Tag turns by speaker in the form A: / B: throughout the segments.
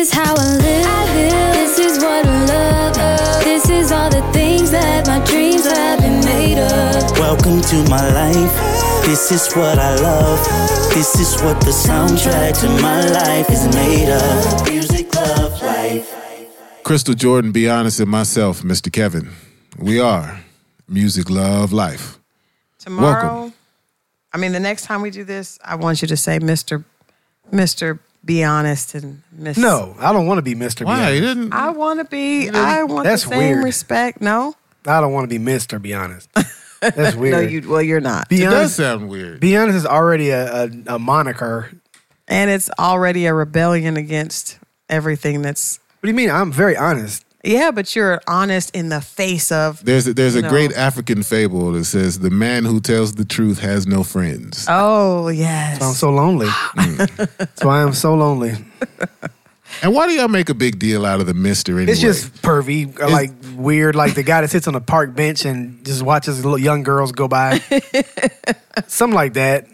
A: live. I live. This is what I love. This is all the things that my dreams have been made of.
B: Welcome to my life. This is what I love. This is what the soundtrack to my life is made of. Music, love, life.
C: Crystal Jordan, be honest, and myself, Mr. Kevin. We are Music Love Life.
D: Tomorrow,
C: Welcome.
D: I mean, the next time we do this, I want you to say, Mister, Mister, be honest and Miss.
E: No, I don't want to be Mr.
C: Why?
E: Be
C: You
E: honest.
C: didn't
D: I want to be. I want
E: That's
D: the same
E: weird.
D: respect. No,
E: I don't want to be Mr. Be honest. That's weird.
D: no, you. Well, you're not.
E: Be
C: it does
E: honest.
C: sound weird.
E: Be honest is already a, a, a moniker.
D: and it's already a rebellion against everything that's.
E: What do you mean? I'm very honest.
D: Yeah, but you're honest in the face of.
C: There's a, there's a
D: No.
C: great African fable that says the man who tells the truth has no friends.
D: Oh yes.
E: I'm so lonely. That's why I'm so lonely.
C: and why do y'all make a big deal out of the Mister anyway?
E: It's just pervy, like weird, like the guy that sits on a park bench and just watches little young girls go by. Something like that.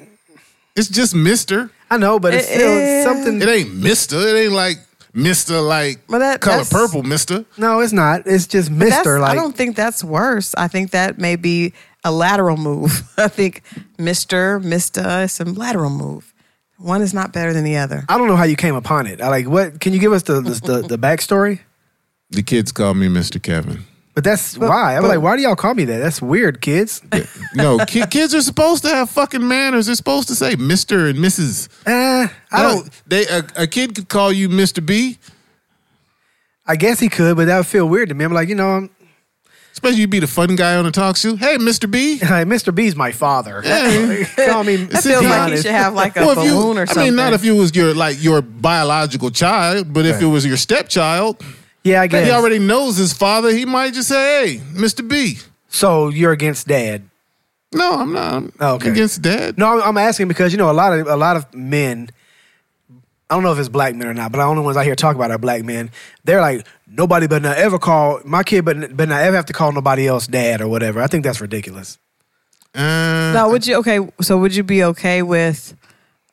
C: it's just Mister.
E: I know, but it's
D: It
E: still
D: is.
E: something.
C: It ain't Mister. It ain't like Mister like
D: Well, that-
C: color
D: that's-
C: purple Mister.
E: No, it's not. It's just Mister.
D: That's-
E: Like
D: I don't think that's worse. I think that may be a lateral move. I think Mister, Mister, some lateral move. One is not better than the other.
E: I don't know how you came upon it. I like what? Can you give us the the, the, the backstory?
C: The kids call me Mister Kevin.
E: But that's why. I'm
D: but-
E: like, why do y'all call me that? That's weird, kids.
C: No, ki- kids are supposed to have fucking manners. They're supposed to say Mister and Mrs.
E: Eh, I
C: No,
E: don't.
C: They a, a kid could call you Mister B,
E: I guess he could, but that would feel weird to me. I'm like, you know, I'm
C: especially you be the fun guy on the talk show. Hey, Mister B.
E: like, Mr. B's my father. call me.
D: That
C: Sit
D: feels
C: down.
D: like he should have like a
C: Well, if you-
D: balloon or something.
C: I mean, not if you was your like your biological child, but if it was your stepchild,
E: Yeah, I
C: he
E: guess.
C: already knows his father. He might just say, "Hey, Mister B."
E: so you're against dad.
C: No, I'm not. I'm
E: Okay.
C: against dad.
E: No, I'm- I'm asking because you know a lot of a lot of men. I don't know if it's black men or not, but the only ones I hear talk about are black men. They're like nobody but not ever call my kid, but but not ever have to call nobody else dad or whatever. I think that's ridiculous.
C: Uh,
D: now, would you okay? So, would you be okay with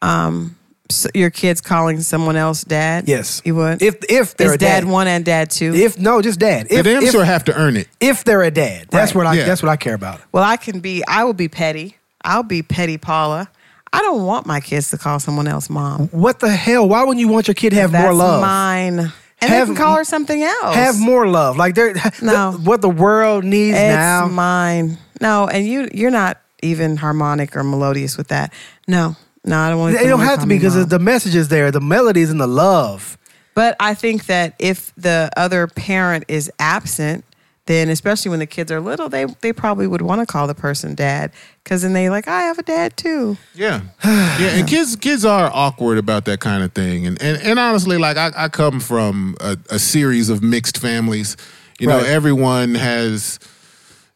D: um s your kids calling someone else dad?
E: Yes,
D: you would.
E: If if they're
D: is
E: a
D: dad, one and dad two?
E: If no, just dad.
C: they
E: If
C: damn
E: if,
C: sure have to earn it.
E: if they're a dad,
D: Right.
E: that's what I
C: Yeah.
E: that's what I care about.
D: well, I can be. I will be petty. I'll be petty, Paula. I don't want my kids to call someone else mom.
E: What the hell? Why wouldn't you want your kid to have
D: That's
E: more love?
D: mine. And
E: Have-
D: they can call her something else.
E: Have more love. Like they're
D: No.
E: what the world needs
D: It's
E: now.
D: mine. No, and you you're not even harmonic or melodious with that. No, no, I don't want.
E: They don't have to be because
D: the.
E: the message is there, the melodies and the love.
D: But I think that if the other parent is absent, then especially when the kids are little, they they probably would want to call the person dad because then they like I have a dad too.
C: Yeah, yeah, and kids kids are awkward about that kind of thing, and and, and honestly, like I, I come from a, a series of mixed families. You know,
E: Right.
C: everyone has,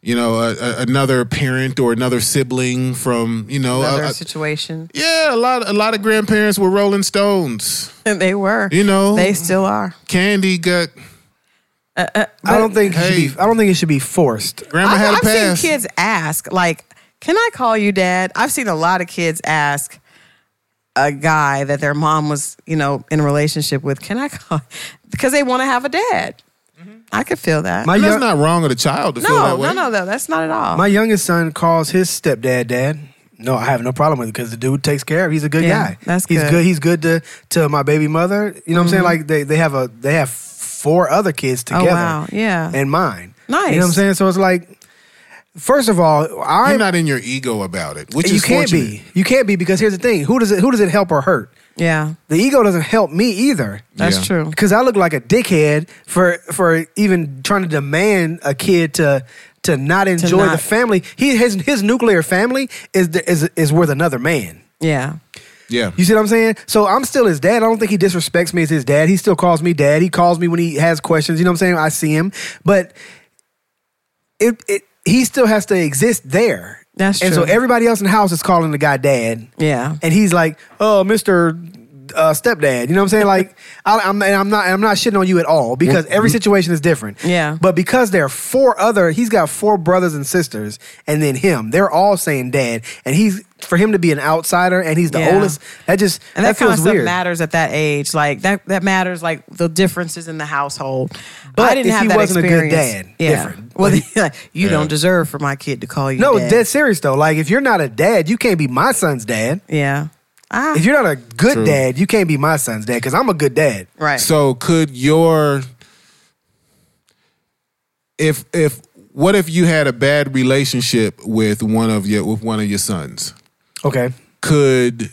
C: you know, a, a, another parent or another sibling from, you know,
D: Another
C: a- a-
D: situation,
C: yeah, a lot a lot of grandparents were Rolling Stones.
D: and they were.
C: You know,
D: they still are.
C: Candy got
E: I don't think
C: Hey.
E: it should be. I don't think it should be forced.
C: grandma had a
D: I've
C: pass.
D: seen kids ask, like, "Can I call you dad?" I've seen a lot of kids ask a guy that their mom was, you know, in a relationship with, "Can I call?" Because they want to have a dad. I could feel that.
E: My
C: And
E: young,
C: that's not wrong of the child to feel
D: no,
C: that way.
D: no, no, no, that's not at all.
E: my youngest son calls his stepdad dad. No, I have no problem with it because the dude takes care of. He's a good
D: Yeah,
E: guy.
D: that's
E: he's
D: good. Mm-hmm.
E: good. He's good to to my baby mother. You know what I'm saying? Like they they have a they have four other kids
D: oh
E: together.
D: wow, yeah.
E: and mine. You
D: Nice.
E: know what I'm saying? So it's like, first of all,
C: You're
E: I'm
C: not in your ego about it, which
E: you
C: is
E: can't
C: fortunate.
E: be. You can't be because here's the thing: who does it? Who does it help or hurt?
D: yeah,
E: The ego doesn't help me either.
D: that's
C: Yeah.
D: true.
E: Because I look like a dickhead for for even trying to demand a kid to to not enjoy
D: not-
E: the family. He his his nuclear family is the, is is worth another man.
D: Yeah,
C: Yeah,
E: You see what I'm saying? So I'm still his dad. I don't think he disrespects me as his dad. He still calls me dad. He calls me when he has questions. You know what I'm saying? I see him, but it it he still has to exist there.
D: That's
E: and
D: true.
E: so everybody else in the house is calling the guy dad,
D: yeah.
E: and he's like, "Oh, Mister uh, stepdad. You know what I'm saying? Like, I, I'm, and I'm not, and I'm not shitting on you at all because every situation is different.
D: Mm-hmm. Yeah.
E: But because there are four other, he's got four brothers and sisters, and then him. They're all saying dad, and he's for him to be an outsider, and he's the
D: Yeah.
E: oldest. That just
D: And that,
E: that,
D: kind of
E: feels
D: stuff
E: weird.
D: matters at that age. Like that that matters like the differences in the household.
E: But
D: I didn't
E: if
D: have
E: he
D: that
E: wasn't a good
D: experience.
E: dad,
D: yeah.
E: different.
D: Well, like, you
C: Yeah.
D: don't deserve for my kid to call you.
E: No,
D: dad.
E: dead serious though. Like, if you're not a dad, you can't be my son's dad.
D: Yeah. Ah,
E: If you're not a good
C: True.
E: dad, you can't be my son's dad because I'm a good dad.
D: right.
C: So could your if if what if you had a bad relationship with one of your with one of your sons?
E: Okay.
C: Could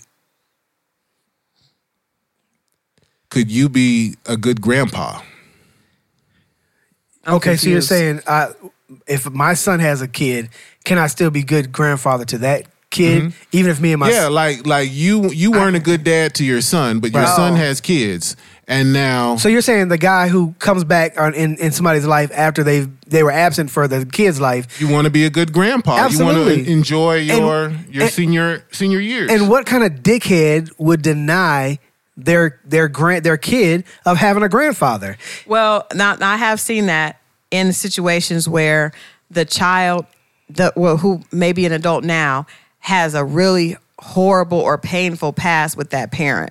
C: could you be a good grandpa?
D: I'm
E: okay, so you're
D: confused.
E: saying I, if my son has a kid, can I still be good grandfather to that
D: Mm-hmm.
E: kid, even if me and my
C: Yeah, like like you you weren't a good dad to your son, but your
E: Right.
C: son
E: Oh.
C: has kids, and now
E: So you're saying the guy who comes back on, in in somebody's life after they they were absent for the kid's life,
C: you want to be a good grandpa. You want
E: Absolutely.
C: to enjoy your your
E: and-
C: senior senior years.
E: and what kind of dickhead would deny their their grand their kid of having a grandfather?
D: Well, now, now I have seen that in situations where the child, the well, who may be an adult now, has a really horrible or painful past with that parent.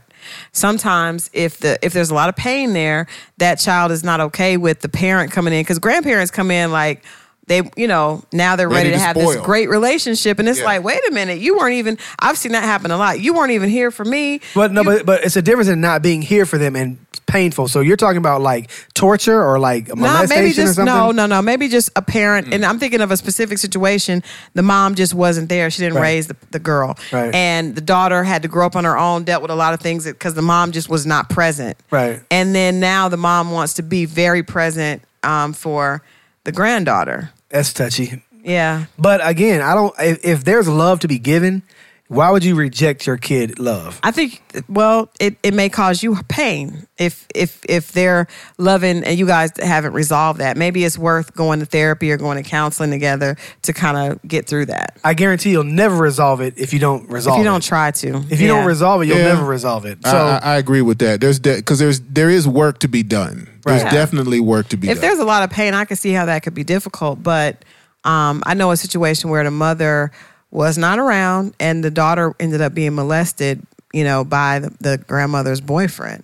D: Sometimes, if the if there's a lot of pain there, that child is not okay with the parent coming in because grandparents come in like they, you know, now they're ready,
C: Ready
D: to
C: to
D: have this
C: spoil.
D: great relationship, and it's
C: Yeah.
D: like, wait a minute, you weren't even. I've seen that happen a lot. You weren't even here for me.
E: But no,
D: You-
E: but but it's a difference in not being here for them and painful. So you're talking about like torture or like
D: No,
E: molestation
D: maybe
E: or
D: just
E: something. Mm.
D: no, no, no. Maybe just a parent, and I'm thinking of a specific situation. The mom just wasn't there; she didn't
E: Right.
D: raise the, the girl,
E: Right.
D: and the daughter had to grow up on her own, dealt with a lot of things because the mom just was not present.
E: Right.
D: And then now the mom wants to be very present um, for the granddaughter.
E: That's touchy.
D: Yeah,
E: But again, I don't. If, if there's love to be given, why would you reject your kid love?
D: I think. Well, it, it may cause you pain if if if they're loving and you guys haven't resolved that. Maybe it's worth going to therapy or going to counseling together to kind of get through that.
E: I guarantee you'll never resolve it if you don't resolve.
D: if you
E: it.
D: don't try to
E: if you
D: Yeah.
E: don't resolve it, you'll
C: Yeah.
E: never resolve it. So
C: I, I, I agree with that. There's because there's there is work to be done. There's
E: Right.
C: definitely work to be
D: if
C: done.
D: there's a lot of pain i can see how that could be difficult but um, i know a situation where the mother was not around and the daughter ended up being molested you know by the, the grandmother's boyfriend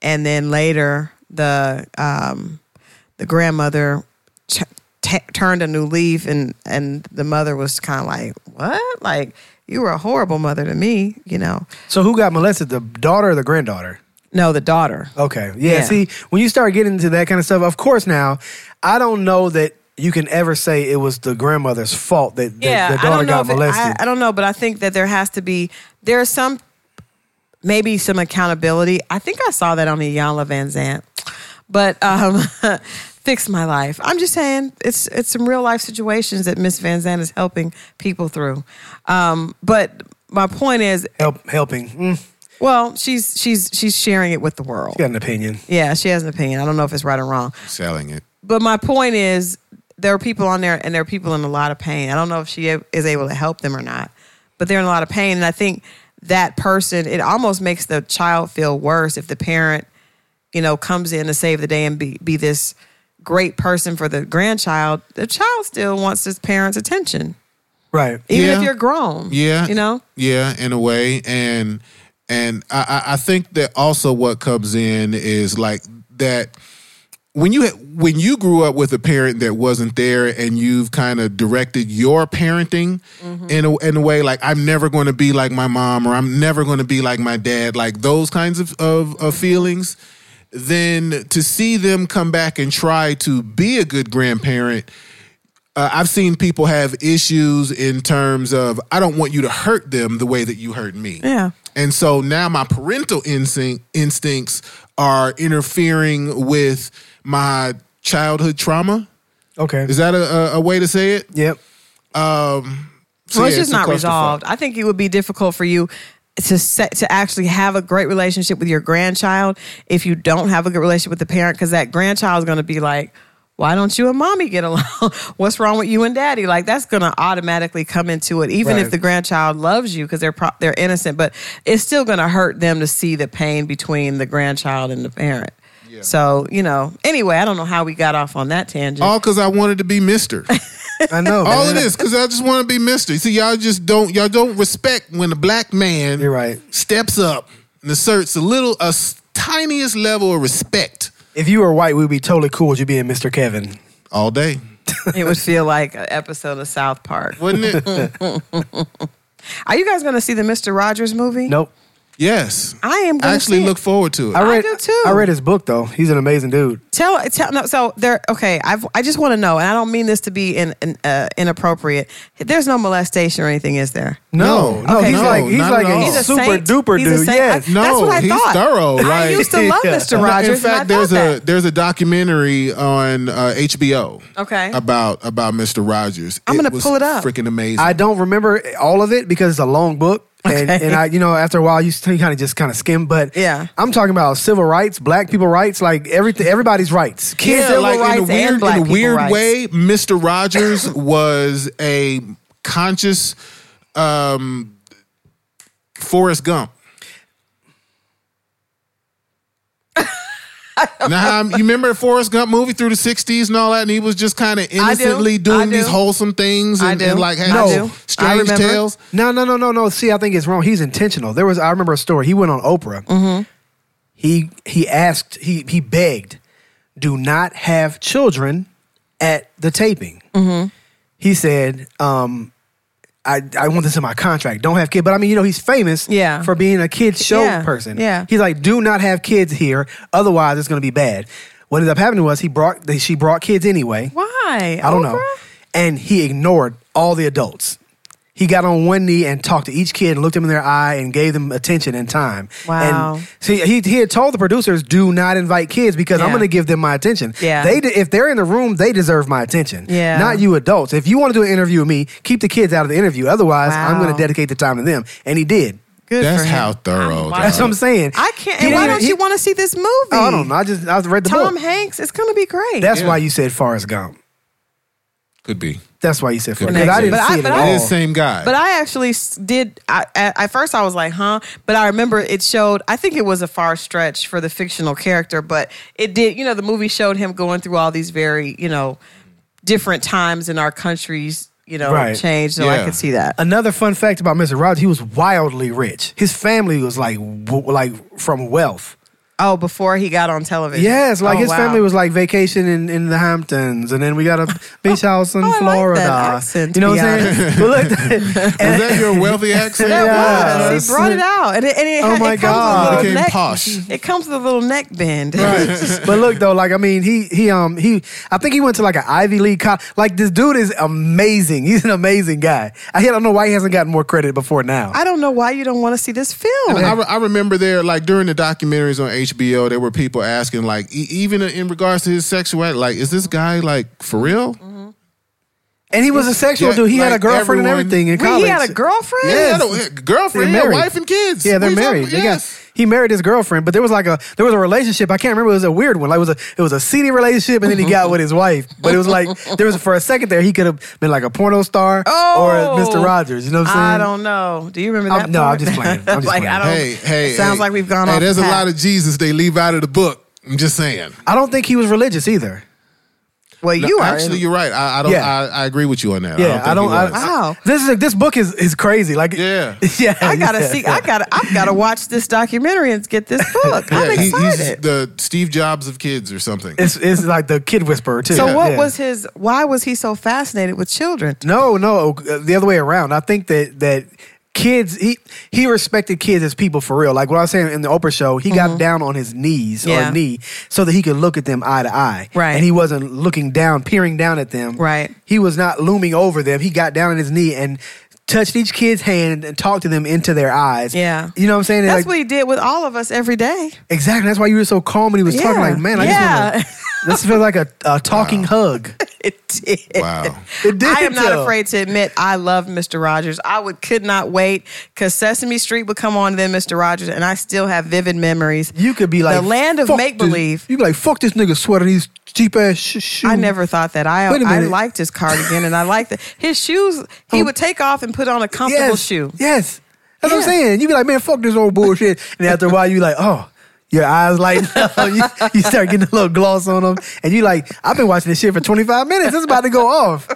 D: and then later the um, the grandmother ch- t- turned a new leaf and and the mother was kind of like what like you were a horrible mother to me you know
E: so who got molested? The daughter or the granddaughter?
D: no the daughter
E: Okay. Yeah,
D: Yeah.
E: See, when you start getting into that kind of stuff, of course. Now, I don't know that you can ever say it was the grandmother's fault that, that the daughter got
D: if it-
E: molested.
D: I, I don't know, but I think that there has to be there are some maybe some accountability. I think I saw that on the Yana Van Zant, but um, fix my life. I'm just saying it's it's some real life situations that Miss Van Zant is helping people through. Um, but my point is,
E: Help, helping. Mm,
D: well, she's she's she's sharing it with the world.
E: got an opinion.
D: Yeah, she has an opinion. I don't know if it's right or wrong,
C: selling it.
D: but my point is there are people on there and there are people in a lot of pain i don't know if she is able to help them or not but they're in a lot of pain and i think that person it almost makes the child feel worse if the parent you know comes in to save the day and be, be this great person for the grandchild the child still wants his parents attention
E: Right.
D: even if
C: Yeah.
D: you're grown
C: Yeah,
D: you know
C: Yeah, in a way, and and I, I I think that also what comes in is like that when you when you grew up with a parent that wasn't there, and you've kind of directed your parenting in a in a way like I'm never going to be like my mom, or I'm never going to be like my dad, like those kinds of of, of feelings. Then to see them come back and try to be a good grandparent, uh, I've seen people have issues in terms of I don't want you to hurt them the way that you hurt me.
D: Yeah.
C: And so now my parental instinct instincts are interfering with my childhood trauma.
E: Okay.
C: Is that a, a, a way to say it?
E: yep.
C: So
D: well, it's
C: yeah,
D: just
C: a
D: not
C: clusterfuck.
D: resolved. I think it would be difficult for you to set to actually have a great relationship with your grandchild if you don't have a good relationship with the parent, because that grandchild is going to be like, why don't you and mommy get along? What's wrong with you and daddy? Like that's going to automatically come into it, even if
E: Right.
D: the grandchild loves you because they're pro- they're innocent, but it's still going to hurt them to see the pain between the grandchild and the parent. So you know, anyway, I don't know how we got off on that tangent.
C: All because I wanted to be Mister.
E: I know.
C: All
E: man.
C: it is because I just want to be Mister. See, y'all just don't y'all don't respect when a black man
E: You're right.
C: steps up and asserts a little a s- tiniest level of respect
E: If you were white, we'd be totally cool with you being Mr. Kevin.
C: all day,
D: it would feel like an episode of South Park.
C: wouldn't it?
D: Are you guys going to see the Mister Rogers movie?
E: Nope.
C: yes,
D: I am
C: I
D: gonna
C: actually
D: see it.
C: look forward to it.
E: I read.
D: do too.
E: I read his book though. He's an amazing dude.
D: Tell, tell, no, so there, okay, I've, I just want to know, and I don't mean this to be in, in, uh, inappropriate. There's no molestation or anything, is there?
C: No,
E: No, no,
D: okay,
E: he's
D: no,
E: like he's
C: not
E: like
C: at
E: a,
C: all. He's a
E: super
D: saint.
E: duper
D: He's a
E: dude.
D: saint.
E: Yes,
C: No,
D: That's what I
C: he's
D: thought.
C: thorough.
D: I
C: Like,
D: used to love
E: Yeah.
D: Mr.
E: In
D: Rogers.
C: In fact,
D: and I
C: there's
D: thought
C: a
D: that.
C: there's a documentary on uh, HBO.
D: Okay.
C: About about Mr. Rogers.
D: I'm gonna
C: was
D: pull it up.
C: Freaking amazing.
E: I don't remember all of it because it's a long book. And,
D: Okay.
E: and I, you know, after a while, you kind of just kind of skim. But
D: Yeah.
E: I'm talking about civil rights, black people rights, like everything, everybody's rights. Kids,
D: Yeah, civil
C: in a
D: rights and
C: weird
D: black
C: in a
D: people
C: weird
D: rights.
C: way, Mr. Rogers was a conscious um, Forrest Gump. now how- you remember the Forrest Gump movie through the '60s and all that, and he was just kind of innocently
D: do. I
C: doing
D: do.
C: these wholesome things
D: I
C: and,
D: do.
C: and like had
D: I
C: these
D: do. I
C: strange
D: remember.
C: tales.
E: No, no, no, no, no. See, I think it's wrong. He's intentional. There was I remember a story. He went on Oprah.
D: Mm-hmm.
E: He he asked, he he begged, do not have children at the taping.
D: Mm-hmm.
E: He said, um, I, I want this in my contract. Don't have kids. But I mean, you know, he's famous
D: Yeah.
E: for being a kids show
D: Yeah,
E: person.
D: yeah.
E: He's like, do not have kids here, otherwise it's gonna be bad. What ended up happening was he brought she brought kids anyway.
D: Why?
E: I don't know.
D: Oprah?
E: And he ignored all the adults. He got on one knee and talked to each kid and looked them in their eye and gave them attention and time.
D: Wow.
E: And see, he, he had told the producers, do not invite kids because I'm
D: Yeah.
E: going to give them my attention.
D: Yeah.
E: They de- if they're in the room, they deserve my attention.
D: Yeah.
E: Not you adults. If you want to do an interview with me, keep the kids out of the interview. Otherwise, I'm
D: Wow.
E: going to dedicate the time to them. And he did.
D: Good
C: That's
D: for him.
C: how thorough.
D: I'm-
E: That's what I'm saying.
D: I can't.
E: He
D: And why
E: didn't-
D: don't
E: he-
D: you want to see this movie?
E: Oh, I don't know. I just I read the
D: Tom
E: book.
D: Hanks. It's going to be great.
E: That's
C: Yeah.
E: why you said Forrest Gump.
C: Could be.
E: That's why you said Forrest
C: be.
E: Gump. 'Cause I didn't
D: But I-
E: see it
D: but
E: at
D: I-
E: all.
C: It is same guy.
D: Oh. But I actually s- did. I, at, at first, I was like, "Huh?" But I remember it showed. I think it was a far stretch for the fictional character, but it did. You know, the movie showed him going through all these very, you know, different times in our countries. You know,
E: Right.
D: change. So I
C: Yeah.
D: could see that.
E: Another fun fact about Mr. Rogers, he was wildly rich. His family was like w- like from wealth.
D: Oh, before he got on television.
E: Yes, like
D: Oh,
E: his
D: wow.
E: family was like vacation in, in the Hamptons, and then we got a beach house in
D: Oh, I like that
E: Florida.
D: accent,
E: you know
D: to
E: what I'm
D: be
E: saying? But look,
C: Is that your wealthy accent?
D: That
E: Yeah.
D: was. He brought it out, and it, and it,
E: Oh
D: had-
E: my
D: it comes
E: God.
D: With a
C: Became
D: little neck,
C: posh.
D: It comes with a little neck bend.
E: but look though, like I mean, he he um he, I think he went to like an Ivy League college. Like this dude is amazing. He's an amazing guy. I don't know why he hasn't gotten more credit before now.
D: I don't know why you don't want to see this film.
C: I, I remember there, like during the documentaries on HBO, there were people asking, like, e- even in regards to his sexuality, like, is this guy like for real?
E: Mm-hmm. and he was a sexual
C: Yeah,
E: dude. He had a
C: like
E: girlfriend
C: everyone-
E: and everything in
D: Wait,
E: college.
D: he had a girlfriend.
C: Yeah,
E: Yes.
C: he had a- girlfriend,
E: They're
C: yeah,
E: married.
C: wife and kids.
E: Yeah, they're
C: What are you talking
E: married.
C: about?
E: They got-
C: Yes.
E: he married his girlfriend, but there was like a there was a relationship. I can't remember. It was a weird one. Like it was a it was a seedy relationship, and then he got with his wife. But it was like there was for a second there he could have been like a porno star or Mr. Rogers. You know what I'm saying?
D: Oh! I don't know. Do you remember that?
E: I'm- no, I'm
D: part?
E: just playing. I'm just
D: like,
E: playing.
D: I don't,
C: Hey, hey.
D: Sounds
C: hey.
D: like we've gone
C: Hey,
D: off.
C: there's
D: the
C: a
D: path.
C: lot of Jesus they leave out of the book. I'm just saying.
E: I don't think he was religious either.
D: Well, you
C: No,
D: are
C: actually, you're right. I, I don't.
E: Yeah.
C: I, I agree with you on that.
E: Yeah, I don't.
C: I,
E: I
C: think he was.
D: Wow.
E: This is this book is is crazy. Like
C: Yeah.
E: yeah.
D: I gotta
E: yeah.
D: see. I gotta. I've gotta watch this documentary and get this book. I'm
C: Yeah, he- he's
D: excited.
C: the Steve Jobs of kids or something.
E: It's it's like the kid whisperer too.
D: so, what
E: Yeah.
D: was his? Why was he so fascinated with children?
E: No, no, uh, the other way around. I think that that kids he he respected kids as people for real. Like what I was saying in the Oprah show, he got down on his knees
D: Mm-hmm. Yeah.
E: or knee so that he could look at them eye to eye.
D: Right.
E: And he wasn't looking down, peering down at them.
D: Right.
E: He was not looming over them. He got down on his knee and touched each kid's hand and talked to them into their eyes.
D: Yeah.
E: You know what I'm saying? And
D: That's
E: like-
D: what he did with all of us every day.
E: exactly. That's why you were so calm when he was talking
D: Yeah.
E: like, man, I
D: Yeah.
E: just want to this feels like a, a talking hug.
D: it did.
C: Wow.
E: It did,
D: I am not
E: though.
D: afraid to admit I love Mr. Rogers. I would could not wait because Sesame Street would come on then Mr. Rogers, and I still have vivid memories.
E: You could be like
D: the land of
E: "Fuck
D: make
E: this-
D: believe.
E: You be like fuck this nigga sweater, these cheap ass sh- shoes.
D: I never thought that. I
E: Mm. Wait a
D: I
E: minute.
D: liked his cardigan and I liked the, his shoes. He
E: Oh.
D: would take off and put on a comfortable
E: yes,
D: shoe.
E: Yes, that's what I'm
D: Yeah.
E: saying. You be like man, fuck this old bullshit, and after a while you like oh. Your eyes lighten up. You, you start getting a little gloss on them, and you like, I've been watching this shit for 25 minutes. It's about to go off,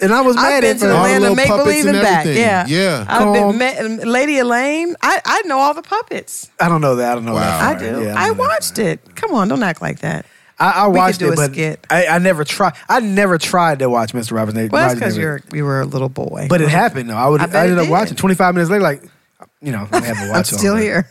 E: and I was
D: I've
E: mad
D: been
E: at
D: to
C: the land-
E: first.
D: Atlanta,
C: little
D: make
C: puppets
D: believe
C: and
D: and back.
C: everything.
D: Yeah,
C: Yeah.
D: I've
E: Come.
D: been met, Lady Elaine. I, I know all the puppets.
E: I don't know that. I don't know that.
C: Wow.
D: I
E: part.
D: do. I
E: Yeah, don't know that
D: watched it. Come on, don't act like that.
E: I, I
D: could
E: watched
D: do a
E: it, but
D: skit.
E: I, I never tried. I never tried to watch Mr. Rogers.
D: Well, that's
E: Rogers
D: because
E: never-
D: you're you were a little boy.
E: But it happened though. I would.
D: I
E: I,
D: bet
E: ended
D: it
E: up
D: did.
E: watching. Twenty five minutes later, like you know, I haven't watched.
D: I'm
E: all
D: still
E: of it.
D: here.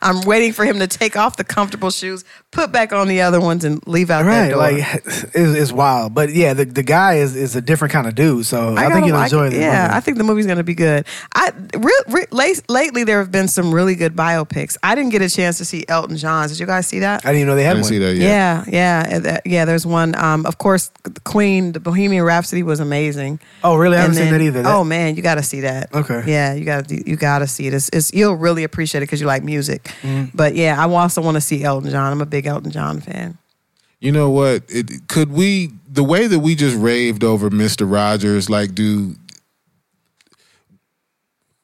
D: I'm waiting for him to take off the comfortable shoes, put back on the other ones, and leave out that
E: Right,
D: door.
E: like it's, it's wild, but yeah, the, the guy is is a different kind of dude. So I, think
D: gotta
E: you'll
D: like
E: enjoy
D: it.
E: this.
D: Yeah,
E: movie.
D: I think the movie's gonna be good. I re, re, late, lately there have been some really good biopics. I didn't get a chance to see Elton John's. Did you guys see that?
E: I didn't even know they
C: I
E: had
C: didn't
E: one.
C: see that yet.
D: yeah, yeah, and that- yeah. There's one. Um, of course, the Queen, the Bohemian Rhapsody was amazing.
E: Oh, really? I
D: And
E: haven't seen
D: then-
E: that either. That-
D: oh man, you got to see that.
E: Okay.
D: Yeah, you got to you got to see it. It's, it's you'll really appreciate it because you like music.
E: Mm-hmm.
D: But yeah, I also want to see Elton John. I'm a big Elton John fan.
C: You know what? It, could we the way that we just raved over Mister Rogers? Like, do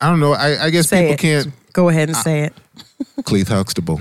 C: I don't know. I, I guess
D: Say
C: people
D: it.
C: can't.
D: Go ahead and say it.
C: Cleith Huxtable.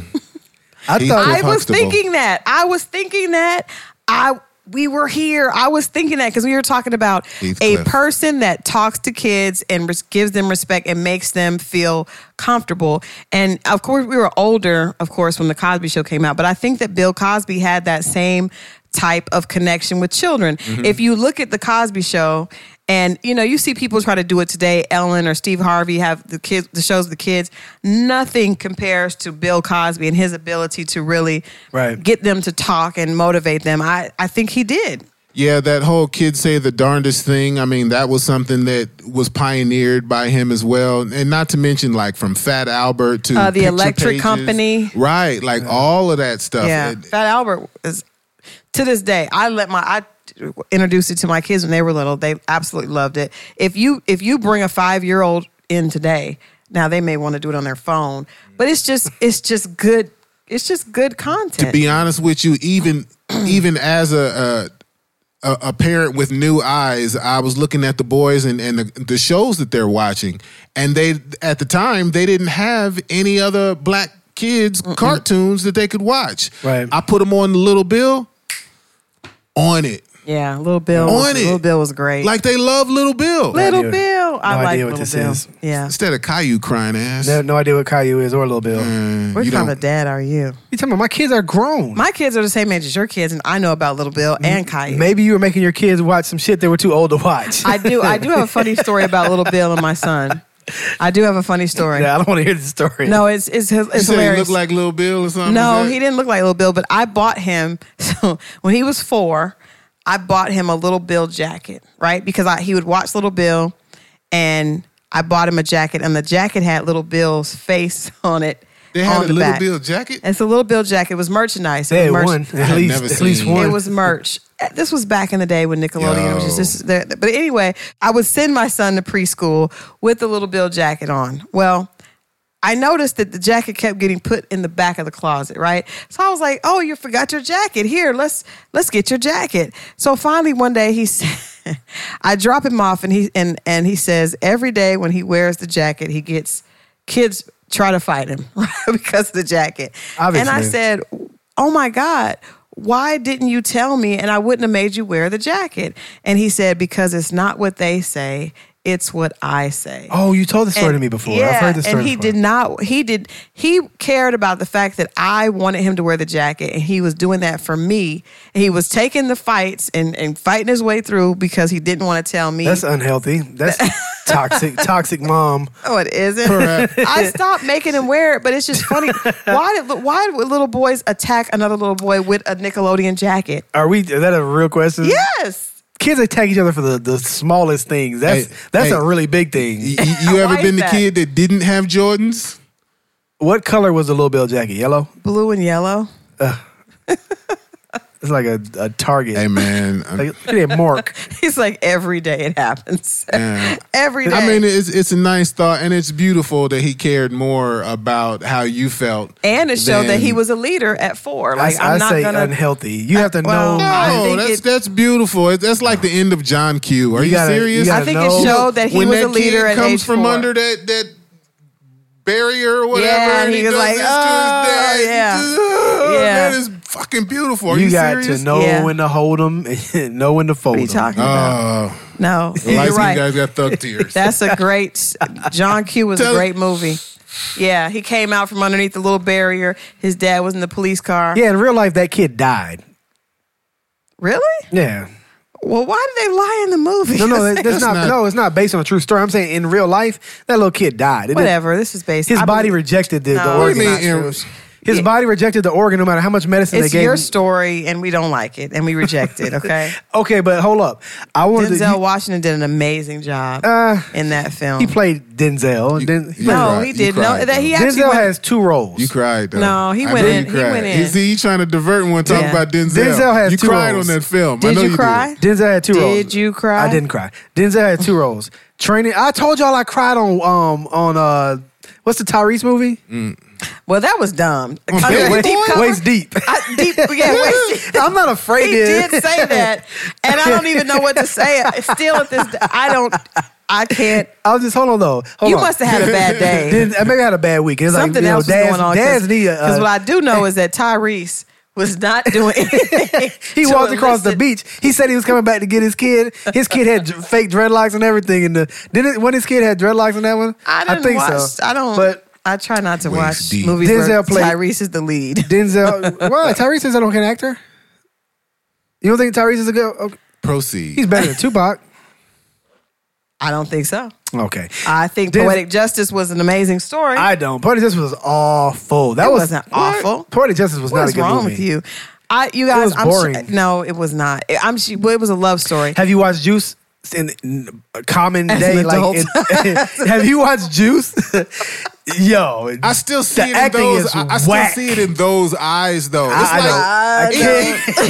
E: I
C: He-
E: thought
C: Bill
D: I was
C: Huxtable.
D: thinking that. I was thinking that. I we were here. I was thinking that because we were talking about
C: Heathcliff.
D: a person that talks to kids and res- gives them respect and makes them feel comfortable. And of course, we were older, of course, when the Cosby Show came out. But I think that Bill Cosby had that same type of connection with children. If you look at the Cosby Show. And you know, you see people try to do it today. Ellen or Steve Harvey have the kids, the shows, with the kids. Nothing compares to Bill Cosby and his ability to really
E: Right.
D: get them to talk and motivate them. I, I think he did.
C: Yeah, that whole kids say the darndest thing. I mean, that was something that was pioneered by him as well, and not to mention like from Fat Albert to
D: Uh, the
C: Picture
D: Electric
C: Pages.
D: Company.
C: right? Like all of that stuff.
D: Yeah,
C: It-
D: Fat Albert is to this day. I let my I introduced it to my kids when they were little. They absolutely loved it. If you if you bring a five year old in today, now they may want to do it on their phone, but it's just it's just good. It's just good content.
C: to be honest with you, even even as a, a a parent with new eyes, I was looking at the boys and and the, the shows that they're watching, and they at the time they didn't have any other black kids cartoons that they could watch.
E: Right.
C: I put them on Little Bill, on it.
D: yeah, Little Bill. Was,
C: On it.
D: Little Bill was great.
C: Like they love Little Bill.
D: Little
E: idea-
D: Bill. I
E: no
D: like
E: idea what
D: Little
E: this
D: Bill.
E: is.
D: Yeah.
C: Instead of Caillou crying ass.
E: no, no idea what Caillou is or Lil Bill.
D: What
C: Mm, you
D: kind
C: don't-
D: of dad are you?
E: You talking about my kids are grown.
D: My kids are the same age as your kids, and I know about Little Bill
C: Mm,
D: and Caillou.
E: Maybe you were making your kids watch some shit they were too old to watch.
D: I do. I do have a funny story about Little Bill and my son. I do have a funny story.
E: yeah, I don't want to hear the story.
D: No, it's it's it's
C: You said he
D: hilarious.
C: looked like Little Bill or something?
D: no,
C: Is that-
D: he didn't look like Little Bill, but I bought him. So when he was four, I bought him a Little Bill jacket, right? Because I, he would watch Little Bill, and I bought him a jacket, and the jacket had Little Bill's face on it.
C: They had
D: on
C: a
D: the
C: Little
D: back.
C: Bill jacket?
D: It's a Little Bill jacket. It was merchandise. It
E: they had
D: was merch-
E: one
C: I've
E: at least,
C: never
E: at least
C: seen-
E: one.
D: it was merch. This was back in the day when Nickelodeon was
C: Yo.
D: just this, there. But anyway, I would send my son to preschool with the little Bill jacket on. Well, I noticed that the jacket kept getting put in the back of the closet, right? So I was like, "Oh, you forgot your jacket. Here, let's let's get your jacket." So finally, one day he said, I drop him off, and he and and he says every day when he wears the jacket, he gets kids try to fight him right, because of the jacket. And I
E: Obviously.
D: said said, Oh my God, why didn't you tell me and I wouldn't have made you wear the jacket? And he said, Because it's not what they say, it's what I say.
E: Oh, you told the story
D: And-
E: to me before.
D: Yeah,
E: I've heard the story.
D: And he
E: before.
D: did not he did he cared about the fact that I wanted him to wear the jacket and he was doing that for me. He was taking the fights and, and fighting his way through because he didn't want to tell me
E: That's unhealthy. That's toxic. Toxic mom.
D: No, it isn't.
C: Correct.
D: I stopped making him wear it, but it's just funny. Why did why would little boys attack another little boy with a Nickelodeon jacket?
E: Are we? Is that a real question?
C: Mm-hmm.
D: Yes.
E: Kids attack each other for the, the smallest things. That's
C: Hey,
E: that's
C: hey.
E: a really big thing.
C: Y- y- you
D: Why
C: ever
D: is
C: been the
D: that?
C: kid that didn't have Jordans?
E: What color was the little Bill jacket? Yellow.
D: Blue and yellow.
E: It's like a, a target.
C: Hey man, um, I'm-
E: Like, look at that mark.
D: He's like every day it happens.
C: Yeah.
D: every day.
C: I mean, it's it's a nice thought, and it's beautiful that he cared more about how you felt,
D: and it showed that
C: than-
D: he was a leader at four.
E: I,
D: Like I,
E: I
D: am not
E: say
D: gonna.
E: unhealthy. You have to
D: well,
E: know.
D: I
C: No,
D: think
C: Oh, that's
D: it-
C: that's beautiful. It- That's like the end of John Q. Are
E: You
C: you,
E: gotta- you
C: serious?
E: gotta
D: I think
E: know-
D: it showed that he
C: when
D: was
C: that
D: a leader
C: kid
D: at
C: comes
D: age
C: from
D: four.
C: under that that barrier or whatever,
D: Yeah,
C: and
D: he
C: he,
D: was
C: does
D: like,
C: this to his
D: "Oh,
C: dad,"
D: yeah.
C: he just, "Oh,
D: Yeah.
C: that is fucking beautiful. Are you,
E: you got
C: serious?
E: to know
D: Yeah.
E: when to hold them and know when to
D: what
E: fold
D: are you
E: 'em.
D: talking about?
C: Oh,
D: No,
C: the
D: you're
C: light skinned
D: right.
C: guys got thug tears.
D: That's a great. John Q was
C: Tell-
D: a great movie. Yeah, he came out from underneath the little barrier. His dad was in the police car.
E: Yeah, in real life, that kid died.
D: Really?
E: Yeah.
D: Well, why did they lie in the movie?
E: No, no, that, that's
C: That's
E: not,
C: not-
E: No, it's not based on a true story. I'm saying in real life, that little kid died. It didn't-
D: Whatever. This is based.
E: His
D: I
E: body
D: believe-
E: rejected the, the
D: No.
C: what do you
E: organ.
C: mean?
D: Organized.
C: in-
E: His
D: Yeah.
E: body rejected the organ no matter how much medicine
D: It's
E: they gave
D: your
E: him.
D: story, and we don't like it, and we reject it. Okay.
E: Okay, but hold up. I wanted to.
D: Denzel
E: you-
D: Washington did an amazing job
E: Uh,
D: in that film.
E: He played Denzel.
C: You-
E: Den-
C: you-
E: played-
D: no,
C: cried.
D: he
C: You
D: did. No,
C: cried,
D: that he
C: though.
D: actually
E: Denzel
D: went-
E: has two roles.
C: You cried though.
D: No, he
C: I
D: went
C: know
D: in-
C: You
D: he
C: cried.
D: went in.
C: See, you trying to divert and want to talk
D: Yeah.
C: about Denzel.
E: Denzel had
C: you
E: two
C: cried
E: roles.
C: on that film. I
D: Did
C: know
D: you
C: you
D: cry?
C: Did.
E: Denzel had two
D: Did
E: roles.
D: you cry?
E: I didn't cry. Denzel had two roles. Training. I told y'all I cried on um on uh what's the Tyrese movie?
D: well, that was dumb.
C: Oh,
D: Under
E: Wa-
D: the deep cover-
E: waist deep.
D: I, deep, yeah, waist deep.
E: I'm not afraid.
D: He
E: to-
D: did say that, and I don't even know what to say. Still at this, I don't. I can't.
E: I was just hold on though. Hold
D: You
E: on.
D: must have had a bad day.
E: Then, I maybe I had a bad week. It's
D: Something
E: like, you
D: else
E: know,
D: was
E: dads,
D: going on.
E: Dads need a.
D: Because
E: uh,
D: what I do know is that Tyrese was not doing anything.
E: he
D: to
E: walked across the
D: elicit-
E: beach. He said he was coming back to get his kid. His kid had dr- fake dreadlocks and everything. And the then it, when his kid had dreadlocks in that one,
D: I didn't
E: think
D: watch.
E: so.
D: I don't.
E: But
D: I try not to
C: Waist
D: watch
C: deep.
D: movies where
E: Denzel played-
D: Tyrese is the lead.
E: Denzel, why Tyrese is an okay actor? You don't think Tyrese is a good? Okay,
C: Proceed.
E: he's better than Tupac.
D: I don't think so.
E: Okay,
D: I think
E: Denzel-
D: Poetic Justice was an amazing story.
E: I don't. Party Justice was awful. That
D: It
E: was
D: wasn't awful.
E: Party Justice was
D: What
E: not a
D: is
E: good
D: wrong
E: movie.
D: with you? I, you guys,
E: was
D: I'm sure-
E: boring.
D: no, it was not. It- I'm. sure- Well, it was a love story.
E: Have you watched Juice? In, in a common
D: As an
E: day, like
D: adult.
E: in- have you watched Juice? Yo,
C: I still see
E: the
C: it in
E: acting
C: those.
E: is
C: I, I still
E: whack.
C: see it in those eyes, though. It's
E: I,
C: like
E: I know. I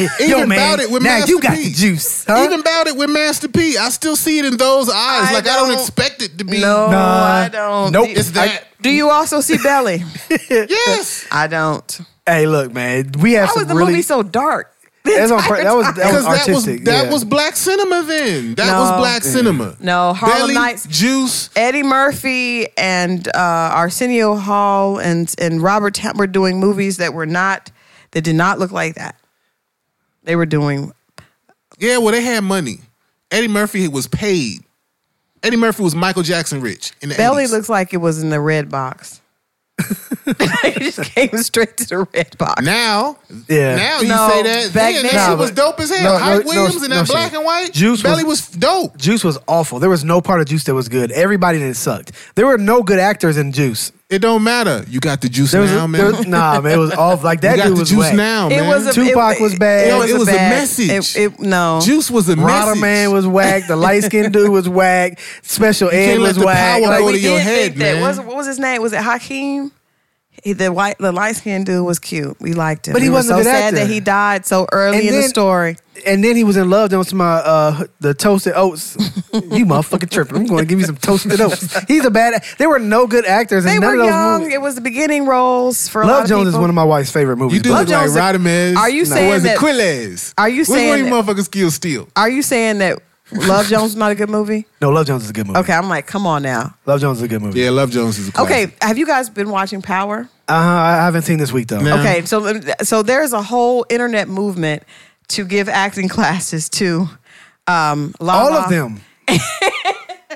E: can't.
C: even
E: Yo, man,
C: about it with
E: now
C: Master
E: you got
C: P.
E: the juice, huh?
C: even about it with Master P. I still see it in those eyes.
D: I
C: like I
D: don't-
C: don't expect it to be.
D: No,
E: Nah.
D: I don't.
E: Nope.
D: Do,
C: it's that.
D: do you also see Belly?
C: yes,
D: I don't.
E: hey, look, man, we have
D: Why was
E: some
D: the
E: really.
D: movie so dark?
E: that's on, pur- that was that
C: because
E: was
C: that was
E: artistic.
C: that
E: yeah.
C: was black cinema then. That
D: No.
C: was black cinema.
D: No, Harlem
C: Belly,
D: Nights-
C: Juice.
D: Eddie Murphy and uh, Arsenio Hall and and Robert Tapp were doing movies that were not that did not look like that. They were doing
C: Yeah, well, they had money. Eddie Murphy was paid. Eddie Murphy was Michael Jackson rich in the
D: Belly
C: 80s.
D: looks like it was in the red box. it just came straight to the red box.
C: Now,
E: Yeah.
C: now you
D: No,
C: say that. Then,
D: back then-
C: that
D: Nah,
C: shit was
E: but-
C: dope as
E: no,
C: hell.
E: no,
C: Hype
E: no,
C: Williams and
E: no
C: that black
E: shit.
C: and white.
E: Juice
C: Belly
E: was-
C: was, dope.
E: Juice was awful. There was no part of Juice that was good. Everybody that sucked. There were no good actors in Juice.
C: It don't matter. You got the juice
E: There was,
C: now, man.
E: there was- nah, man, it was awful. Like
C: you
E: that
C: got
E: dude
C: the
E: was
C: juice
E: whack.
C: now,
D: It
C: man.
D: was a,
E: Tupac was bad.
D: It,
E: Yo,
D: was,
C: it was a
D: bad-
C: message.
D: It, it- no,
C: juice was a
E: Rodder
C: message.
E: man was whack. The light skinned dude was whack. Special Ed
C: can't let
E: was
C: the
E: whack.
C: power
E: Like,
C: go
D: we
C: to your
D: did
C: head,
D: think that.
C: man.
D: What was, what was his name? Was it Hakeem? He, the white, the light skinned dude was cute. We liked him.
E: But
D: We
E: he
D: were
E: wasn't
D: so
E: a good
D: sad
E: actor.
D: that he died so early
E: And
D: in the
E: then-
D: story.
E: and then he was in love down to my uh the toasted oats. you motherfucking tripping. I'm going to give you some toasted oats. He's a bad. There were no good actors in
D: They
E: none
D: were
E: of those
D: young.
E: movies.
D: It was the beginning roles for a lot
E: Love Jones
D: of
E: is
D: people.
E: one of my wife's favorite movies.
C: You do
E: but-
D: Love
C: look like
D: Jones-
C: Rodimez.
D: Are you
C: No.
D: saying
C: Or is it
D: that-
C: Quilles?
D: Are you
C: Which
D: saying
C: one of you motherfuckers kill steal?
D: Are you saying that Love Jones is not a good movie?
E: No, Love Jones is a good movie.
D: Okay, I'm like, come on now.
E: Love Jones is a good movie.
C: Yeah, Love Jones is a classic.
D: Okay, have you guys been watching Power?
E: Uh, I haven't seen this week though.
C: No.
D: Okay, so let- so there's a whole internet movement to give acting classes to um, Lala
E: All of them.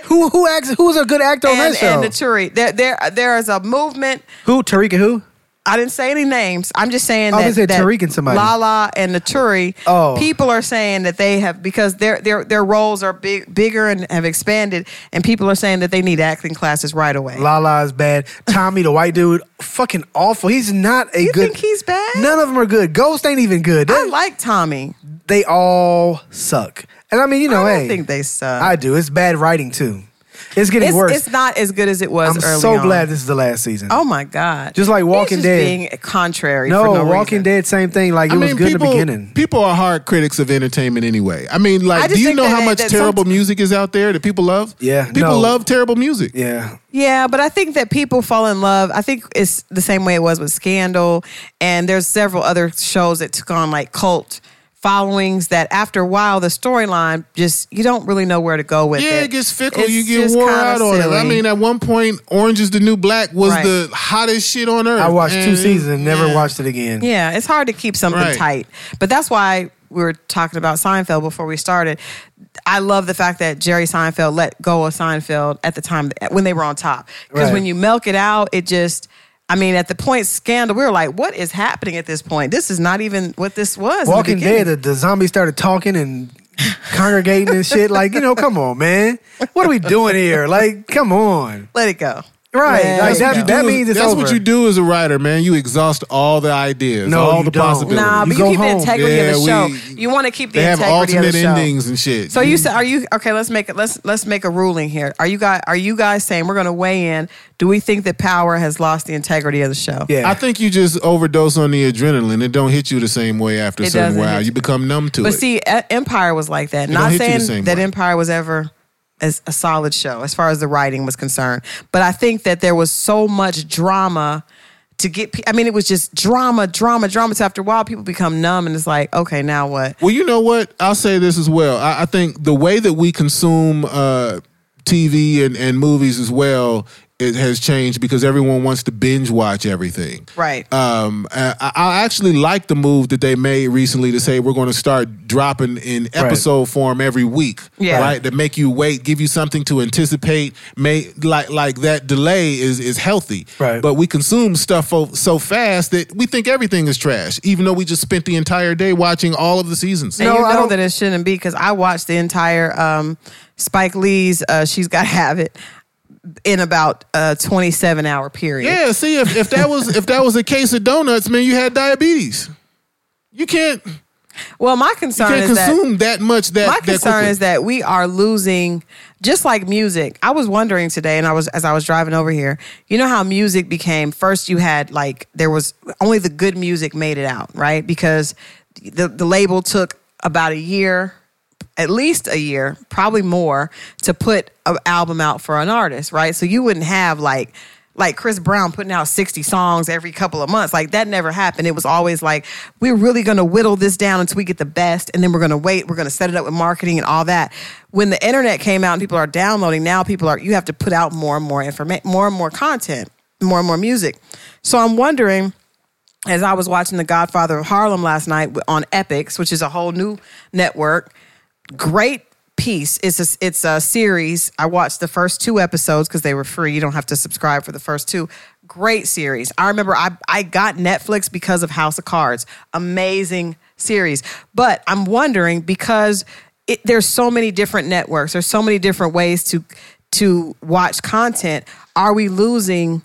E: who who acts? Who's a good actor on
D: and,
E: that show?
D: and the Turi. There, there, there is a movement.
E: who Tariqa? Who?
D: I didn't say any names. I'm just saying
E: Oh, they
D: that,
E: said
D: that
E: Tariq and somebody.
D: Lala and the Turi.
E: Oh.
D: people are saying that they have because their their their roles are big bigger and have expanded, and people are saying that they need acting classes right away.
E: Lala is bad. Tommy, the white dude, fucking awful. He's not a
D: You
E: good.
D: think he's bad?
E: None of them are good. Ghost ain't even good. They,
D: I like Tommy.
E: they all suck. And I mean, you know,
D: I don't
E: hey,
D: think they suck.
E: I do. It's bad writing too. It's getting
D: It's,
E: worse.
D: it's not as good as it was
E: I'm
D: early
E: so
D: on.
E: glad this is the last season.
D: Oh my God.
E: Just like
D: He's
E: Walking
D: just
E: Dead.
D: being contrary.
E: no,
D: for no
E: Walking
D: reason.
E: Dead, same thing. Like it was good
C: people,
E: in the beginning.
C: people are hard critics of entertainment anyway. I mean,
D: I
C: like,
D: just
C: do you
D: think
C: know
D: that
C: how
D: it-
C: much
D: that
C: terrible
D: somet-
C: music is out there that people love?
E: Yeah,
C: people
E: no.
C: love terrible music.
E: Yeah,
D: Yeah, but I think that people fall in love. I think it's the same way it was with Scandal, and there's several other shows that took on like cult followings. That after a while, the storyline just you don't really know where to go with it.
C: Yeah, it gets fickle.
D: It's
C: you get
D: just
C: wore
D: kinda
C: out on it. I
D: silly.
C: mean, at one point, Orange is the New Black was
D: Right.
C: the hottest shit on earth.
E: I watched two
C: And-
E: seasons and never
C: yeah.
E: watched it again.
D: Mm, Yeah, it's hard to keep something
C: Right.
D: tight. But that's why we were talking about Seinfeld before we started. I love the fact that Jerry Seinfeld let go of Seinfeld at the time when they were on top. Because
E: Right.
D: when you milk it out, it just. I mean, at the point scandal, we were like, "What is happening at this point? This is not even what this was." in the
E: Walking Dead,
D: beginning."
E: the, the zombies started talking and congregating and shit. Like, you know, come on, man. What are we doing here? Like, come on.
D: let it go.
E: Right.
D: Let
E: like
D: it
E: that,
D: go.
E: that
C: Do is-
E: means it's
C: that's
E: over.
C: what you do as a writer, man. You exhaust all the ideas,
E: No,
C: all
E: you
C: the
E: don't.
C: possibilities.
D: Nah,
E: You
D: but you
E: go
D: keep
E: home.
D: the integrity of the
C: Yeah,
D: show.
C: we-
D: you want to keep the
C: they have
D: integrity of
C: alternate
D: the show.
C: endings and shit.
D: So you said, are you okay? Let's make it. Let's let's make a ruling here. Are you guys are you guys saying we're going to weigh in? Do we think that power has lost the integrity of the show?
E: Yeah.
C: I think you just overdose on the adrenaline. It don't hit you the same way after a
D: It
C: certain
D: doesn't
C: while.
D: hit you.
C: You become numb to
D: But
C: it.
D: see, E- Empire was like that. Not
C: hit you the
D: saying
C: same
D: that
C: way.
D: Empire was ever as a solid show as far as the writing was concerned, but I think that there was so much drama to get. pe- I mean, it was just drama, drama, drama. So after a while, people become numb, and it's like, okay, now what?
C: Well, you know what? I'll say this as well. I, I think the way that we consume uh, TV and, and movies as well it has changed because everyone wants to binge watch everything.
D: Right.
C: Um, I, I actually like the move that they made recently to say we're going to start dropping in episode form every week.
D: Yeah.
C: Right. To make you wait, give you something to anticipate. May like like that delay is is healthy.
E: Right.
C: But we consume stuff fo- so fast that we think everything is trash, even though we just spent the entire day watching all of the seasons.
D: And
E: No,
D: you know
E: I don't-
D: that it shouldn't be because I watched the entire um, Spike Lee's uh, "She's Got to Have It" in about a twenty-seven hour period.
C: Yeah, see if, if that was if that was a case of donuts, man, you had diabetes. You can't you
D: Well, my concern
C: can't
D: is that
C: consume that, much that
D: my
C: that
D: concern
C: quickly.
D: is that we are losing, just like music. I was wondering today, and I was as I was driving over here. You know how music became first. You had like there was only the good music made it out, right? Because the the label took about a year at least a year, probably more, to put an album out for an artist, right? So you wouldn't have like like Chris Brown putting out 60 songs every couple of months. Like that never happened. It was always like, we're really gonna whittle this down until we get the best, and then we're gonna wait, we're gonna set it up with marketing and all that. When the internet came out and people are downloading, now people are you have to put out more and more information, more and more content, more and more music. So I'm wondering as I was watching The Godfather of Harlem last night on Epics, which is a whole new network, great piece. It's a, it's a series. I watched the first two episodes because they were free. You don't have to subscribe for the first two. Great series. I remember I, I got Netflix because of House of Cards. Amazing series. But I'm wondering because it, there's so many different networks, there's so many different ways to to watch content. Are we losing?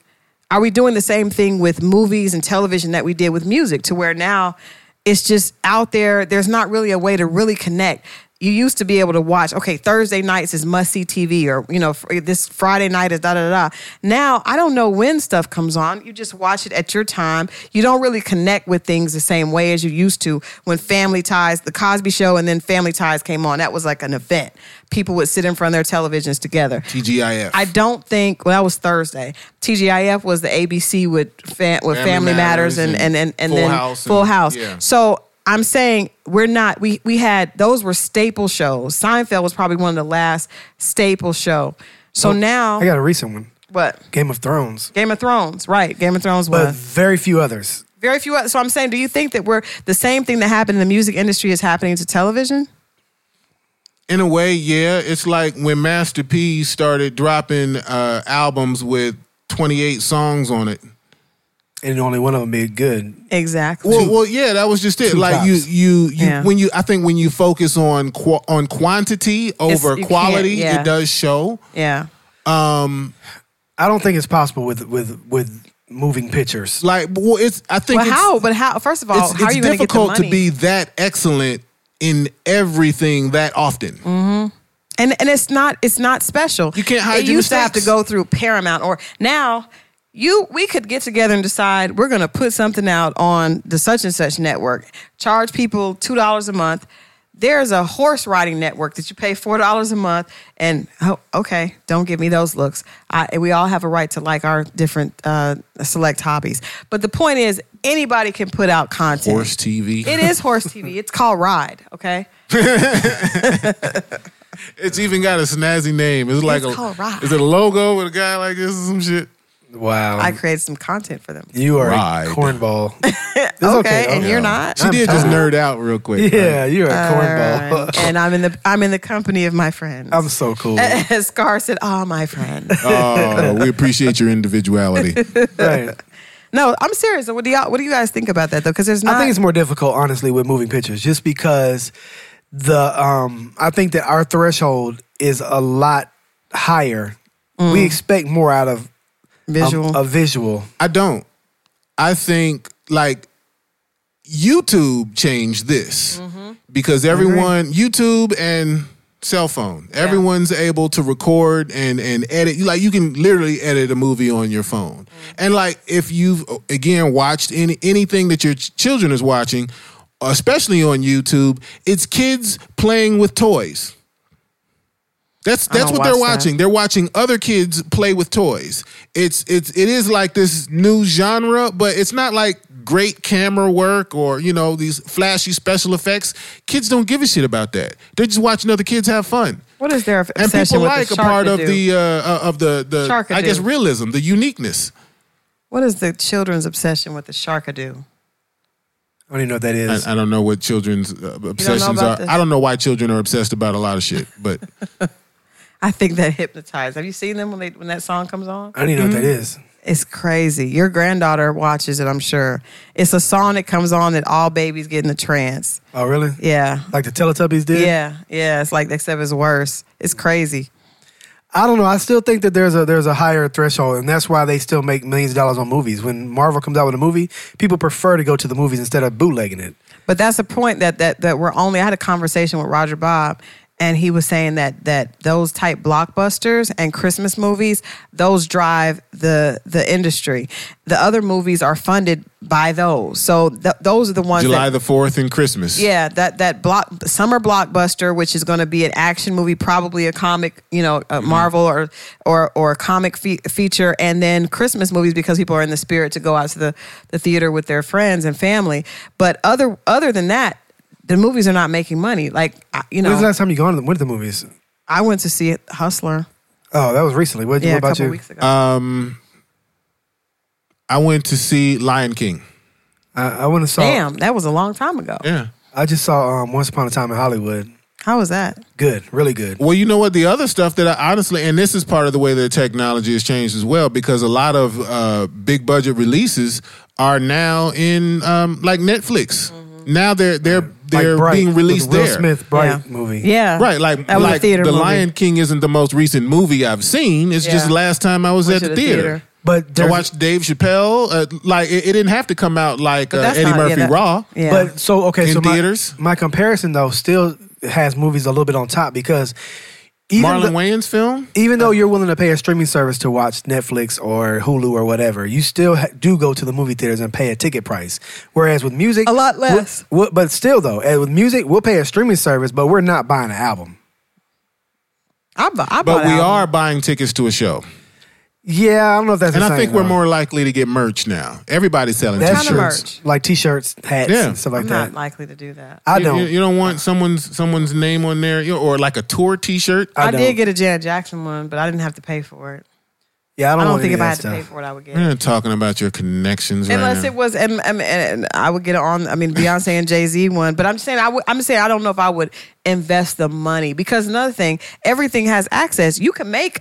D: Are we doing the same thing with movies and television that we did with music to where now it's just out there there's not really a way to really connect you used to be able to watch okay thursday nights is must see tv or you know fr- this friday night is da da da da. now i don't know when stuff comes on you just watch it at your time you don't really connect with things the same way as you used to when family ties the cosby show and then family ties came on that was like an event people would sit in front of their televisions together
C: TGIF.
D: I don't think well that was Thursday. TGIF was the ABC with fa- with Family,
C: Family Matters
D: Matters, and and
C: and
D: and, and
C: Full
D: then
C: House
D: Full
C: and-
D: House.
C: yeah.
D: So I'm saying we're not we we had those were staple shows. Seinfeld was probably one of the last staple show.
C: Oh,
D: So now
E: I got a recent one
D: what
E: Game of Thrones,
D: Game of Thrones, right? Game of Thrones
E: but
D: was
E: very few others.
D: very few. oth- So I'm saying, do you think that we're the same thing that happened in the music industry is happening to television?
C: In a way, yeah. It's like when Master P started dropping uh, albums with 28 songs on it.
E: And only one of them be good.
D: Exactly.
C: Well, well, yeah, that was just it.
E: two
C: Like
E: tops.
C: you, you, you
D: Yeah.
C: when you, I think when you focus on qu- on quantity over
D: you can't,
C: quality,
D: yeah.
C: it does show.
D: yeah.
E: I don't think it's possible with with with moving pictures.
C: Like, well, it's I think
D: But
C: it's,
D: how? But how? First of all,
C: it's,
D: how are
C: it's
D: you going to get the
C: difficult
D: money? Mm-hmm.
C: to be that excellent in everything that often.
D: and and it's not it's not special.
C: You can't hide
D: It
C: your
D: used to have to
C: mistakes.
D: go through Paramount, or now you we could get together and decide we're going to put something out on the such and such network. Charge people two dollars a month. There's a horse riding network that you pay four dollars a month, and oh, okay, don't give me those looks. I, we all have a right to like our different uh, select hobbies, but the point is anybody can put out content.
C: Horse TV.
D: It is horse TV. It's called Ride. Okay.
C: It's even got a snazzy name. It's like
D: It's
C: a
D: called Ride.
C: is it a logo with a guy like this or some shit?
E: Wow.
D: I created some content for them.
E: you are
C: Ride.
E: a cornball. It's
D: okay, and you're not.
C: She did just nerd out real quick.
E: Yeah, you're a
D: All
E: cornball.
D: right. and I'm in the I'm in the company of my friends.
E: I'm so cool. right.
D: Scar said, "Oh, my friend."
C: Oh, we appreciate your individuality.
D: no, I'm serious. What do y'all What do you guys think about that though? Because there's not.
E: I think it's more difficult, honestly, with moving pictures, just because the um, I think that our threshold is a lot higher. We expect more out of
C: um,
E: a-
D: Mm. visual.
C: uh,
E: a visual.
C: I don't. I think like YouTube changed this because everyone YouTube and cell phone. Everyone's able to record and and edit. You Like you can literally edit a movie on your phone. And like if you've again watched any anything that your ch- children is watching, especially on YouTube, it's kids playing with toys. That's that's
D: don't
C: what they're
D: watch that.
C: watching. They're watching other kids play with toys. It's it's it is like this new genre, but it's not like great camera work or you know these flashy special effects. Kids don't give a shit about that. They're just watching other kids have fun.
D: what is their
C: And
D: obsession
C: people
D: with
C: like
D: the
C: a
D: shark
C: part
D: to
C: of
D: do?
C: the uh, uh, of the the
D: Shark
C: I guess
D: do.
C: realism, the uniqueness.
D: What is the children's obsession with the shark do?
E: I don't even know what that is.
C: I, I don't know what children's uh, obsessions
D: about
C: are.
D: this?
C: I don't know why children are obsessed about a lot of shit, but
D: I think that hypnotized. Have you seen them when they when that song comes on?
E: I don't even know what that
D: Mm-hmm.
E: is.
D: It's crazy. Your granddaughter watches it. I'm sure. It's a song that comes on that all babies get in a trance.
E: Oh, really?
D: Yeah.
E: Like the Teletubbies did?
D: Yeah, yeah. It's like except it's worse. It's crazy.
E: I don't know. I still think that there's a there's a higher threshold, and that's why they still make millions of dollars on movies. When Marvel comes out with a movie, people prefer to go to the movies instead of bootlegging it.
D: But that's a point that that that we're only. I had a conversation with Roger Bob, and he was saying that that those type blockbusters and Christmas movies those drive the the industry. The other movies are funded by those, so th- those are the ones.
C: July
D: that,
C: the fourth and Christmas.
D: yeah, that that block summer blockbuster, which is going to be an action movie, probably a comic, you know, a
C: Mm-hmm.
D: Marvel or or or a comic fe- feature, and then Christmas movies because people are in the spirit to go out to the the theater with their friends and family. But other other than that, the movies are not making money. Like I- you
E: When's the
D: know,
E: last time you gone to the, went to the movies?
D: I went to see Hustler,
E: Oh, that was recently. What,
D: yeah,
E: what
D: a
E: about
D: couple
E: you?
D: weeks ago.
C: Um, I went to see Lion King.
E: I, I went and saw.
D: Damn, that was a long time ago.
C: Yeah.
E: I just saw um, Once Upon a Time in Hollywood.
D: How was that?
E: Good, really good.
C: Well, you know what? The other stuff that I honestly, and this is part of the way that technology has changed as well, because a lot of uh, big budget releases are now in um, like Netflix.
D: Mm-hmm.
C: Now they're they're
E: Like
C: they're
E: Bright
C: being
E: with
C: released
E: Will
C: there.
E: Smith Bright
D: yeah.
E: movie.
D: Yeah,
C: Right, like
D: that was a
C: like
D: theater
C: the
D: movie.
C: Lion King isn't the most recent movie I've seen. It's just
D: Yeah.
C: last time I was
D: Went
C: at
D: to
C: the
D: the
C: theater.
D: theater.
E: But
C: I
E: there's-
C: watched Dave Chappelle. Uh, like it, it didn't have to come out like uh,
D: But that's
C: Eddie
D: not- yeah,
C: Murphy
D: that-
C: Raw.
D: Yeah,
E: But so okay,
C: In
E: so my-
C: theaters?
E: My, comparison though still has movies a little bit on top because even
C: Marlon
E: the-
C: Wayans film.
E: even though you're willing to pay a streaming service to watch Netflix or Hulu or whatever, you still ha- do go to the movie theaters and pay a ticket price. Whereas with music,
D: A lot
E: we'll-
D: less.
E: we'll- but still, though, eh, with music, we'll pay a streaming service, but we're not buying an album.
D: I, bu- I bought
C: But we
D: an album.
C: are buying tickets to a show.
E: Yeah, I don't know if that's.
C: And
E: the
C: I
E: same,
C: think we're
E: though.
C: more likely to get merch now. Everybody's selling
E: That's
D: Kinda
E: true.
C: t-shirts.
D: merch.
E: like t-shirts, hats,
C: Yeah.
E: and stuff like
D: I'm
E: that.
D: not likely to do that.
E: I
C: You-
E: don't.
C: You, you don't want someone's someone's name on there, you know, or like a tour T-shirt.
E: I
D: I,
E: don't.
D: did get a Janet Jackson one, but I didn't have to pay for it.
E: yeah, I
D: I
E: don't,
D: don't,
E: want
D: think if
E: any
D: I
E: of
D: had
E: that
D: to pay
E: stuff. Mm.
D: for it, I would get
C: We're
D: it.
C: not talking about your connections, right
D: Unless
C: now.
D: it was, and, and, and I would get it on. I mean, Beyonce and Jay Z one, but I'm just saying, I would, I'm just saying, I don't know if I would invest the money because another thing, everything has access. You can make,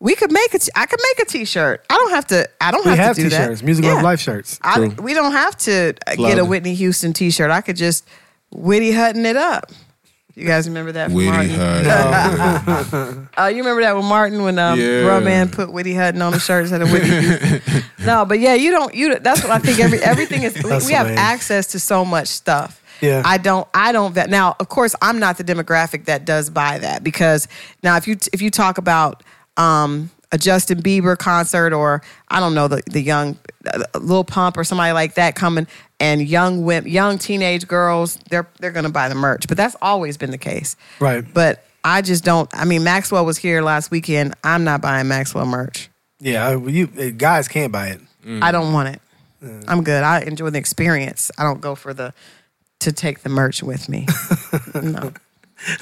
D: we could make a, t- I could make a T-shirt. I don't have to. I don't
E: We
D: have,
E: have
D: to do
E: t-shirts,
D: that.
E: music
D: yeah.
E: love life shirts.
D: I,
C: True.
D: we don't have to uh,
C: Plug.
D: get a Whitney Houston T-shirt. I could just Whitney Hutton it up. You guys remember that? from
C: Witty
D: Martin?
C: Hut.
D: Uh, you remember that with Martin when um,
C: Yeah.
D: Raw Man put Whitty Hutton on the shirt instead of Whitty. no, but yeah, you don't. You that's what I think. Every everything is. We,
E: That's
D: we have
E: lame.
D: access to so much stuff.
E: Yeah.
D: I don't I don't vet. Now, of course, I'm not the demographic that does buy that because now if you if you talk about um a Justin Bieber concert or I don't know the the young uh, Lil Pump or somebody like that coming and young wimp, young teenage girls, they're they're going to buy the merch. But that's always been the case.
E: Right.
D: But I just don't I mean Maxwell was here last weekend. I'm not buying Maxwell merch.
E: Yeah, I- you uh, guys can't buy it.
C: Mm.
D: I don't want it. I'm good. I enjoy the experience. I don't go for the to take the merch with me. no.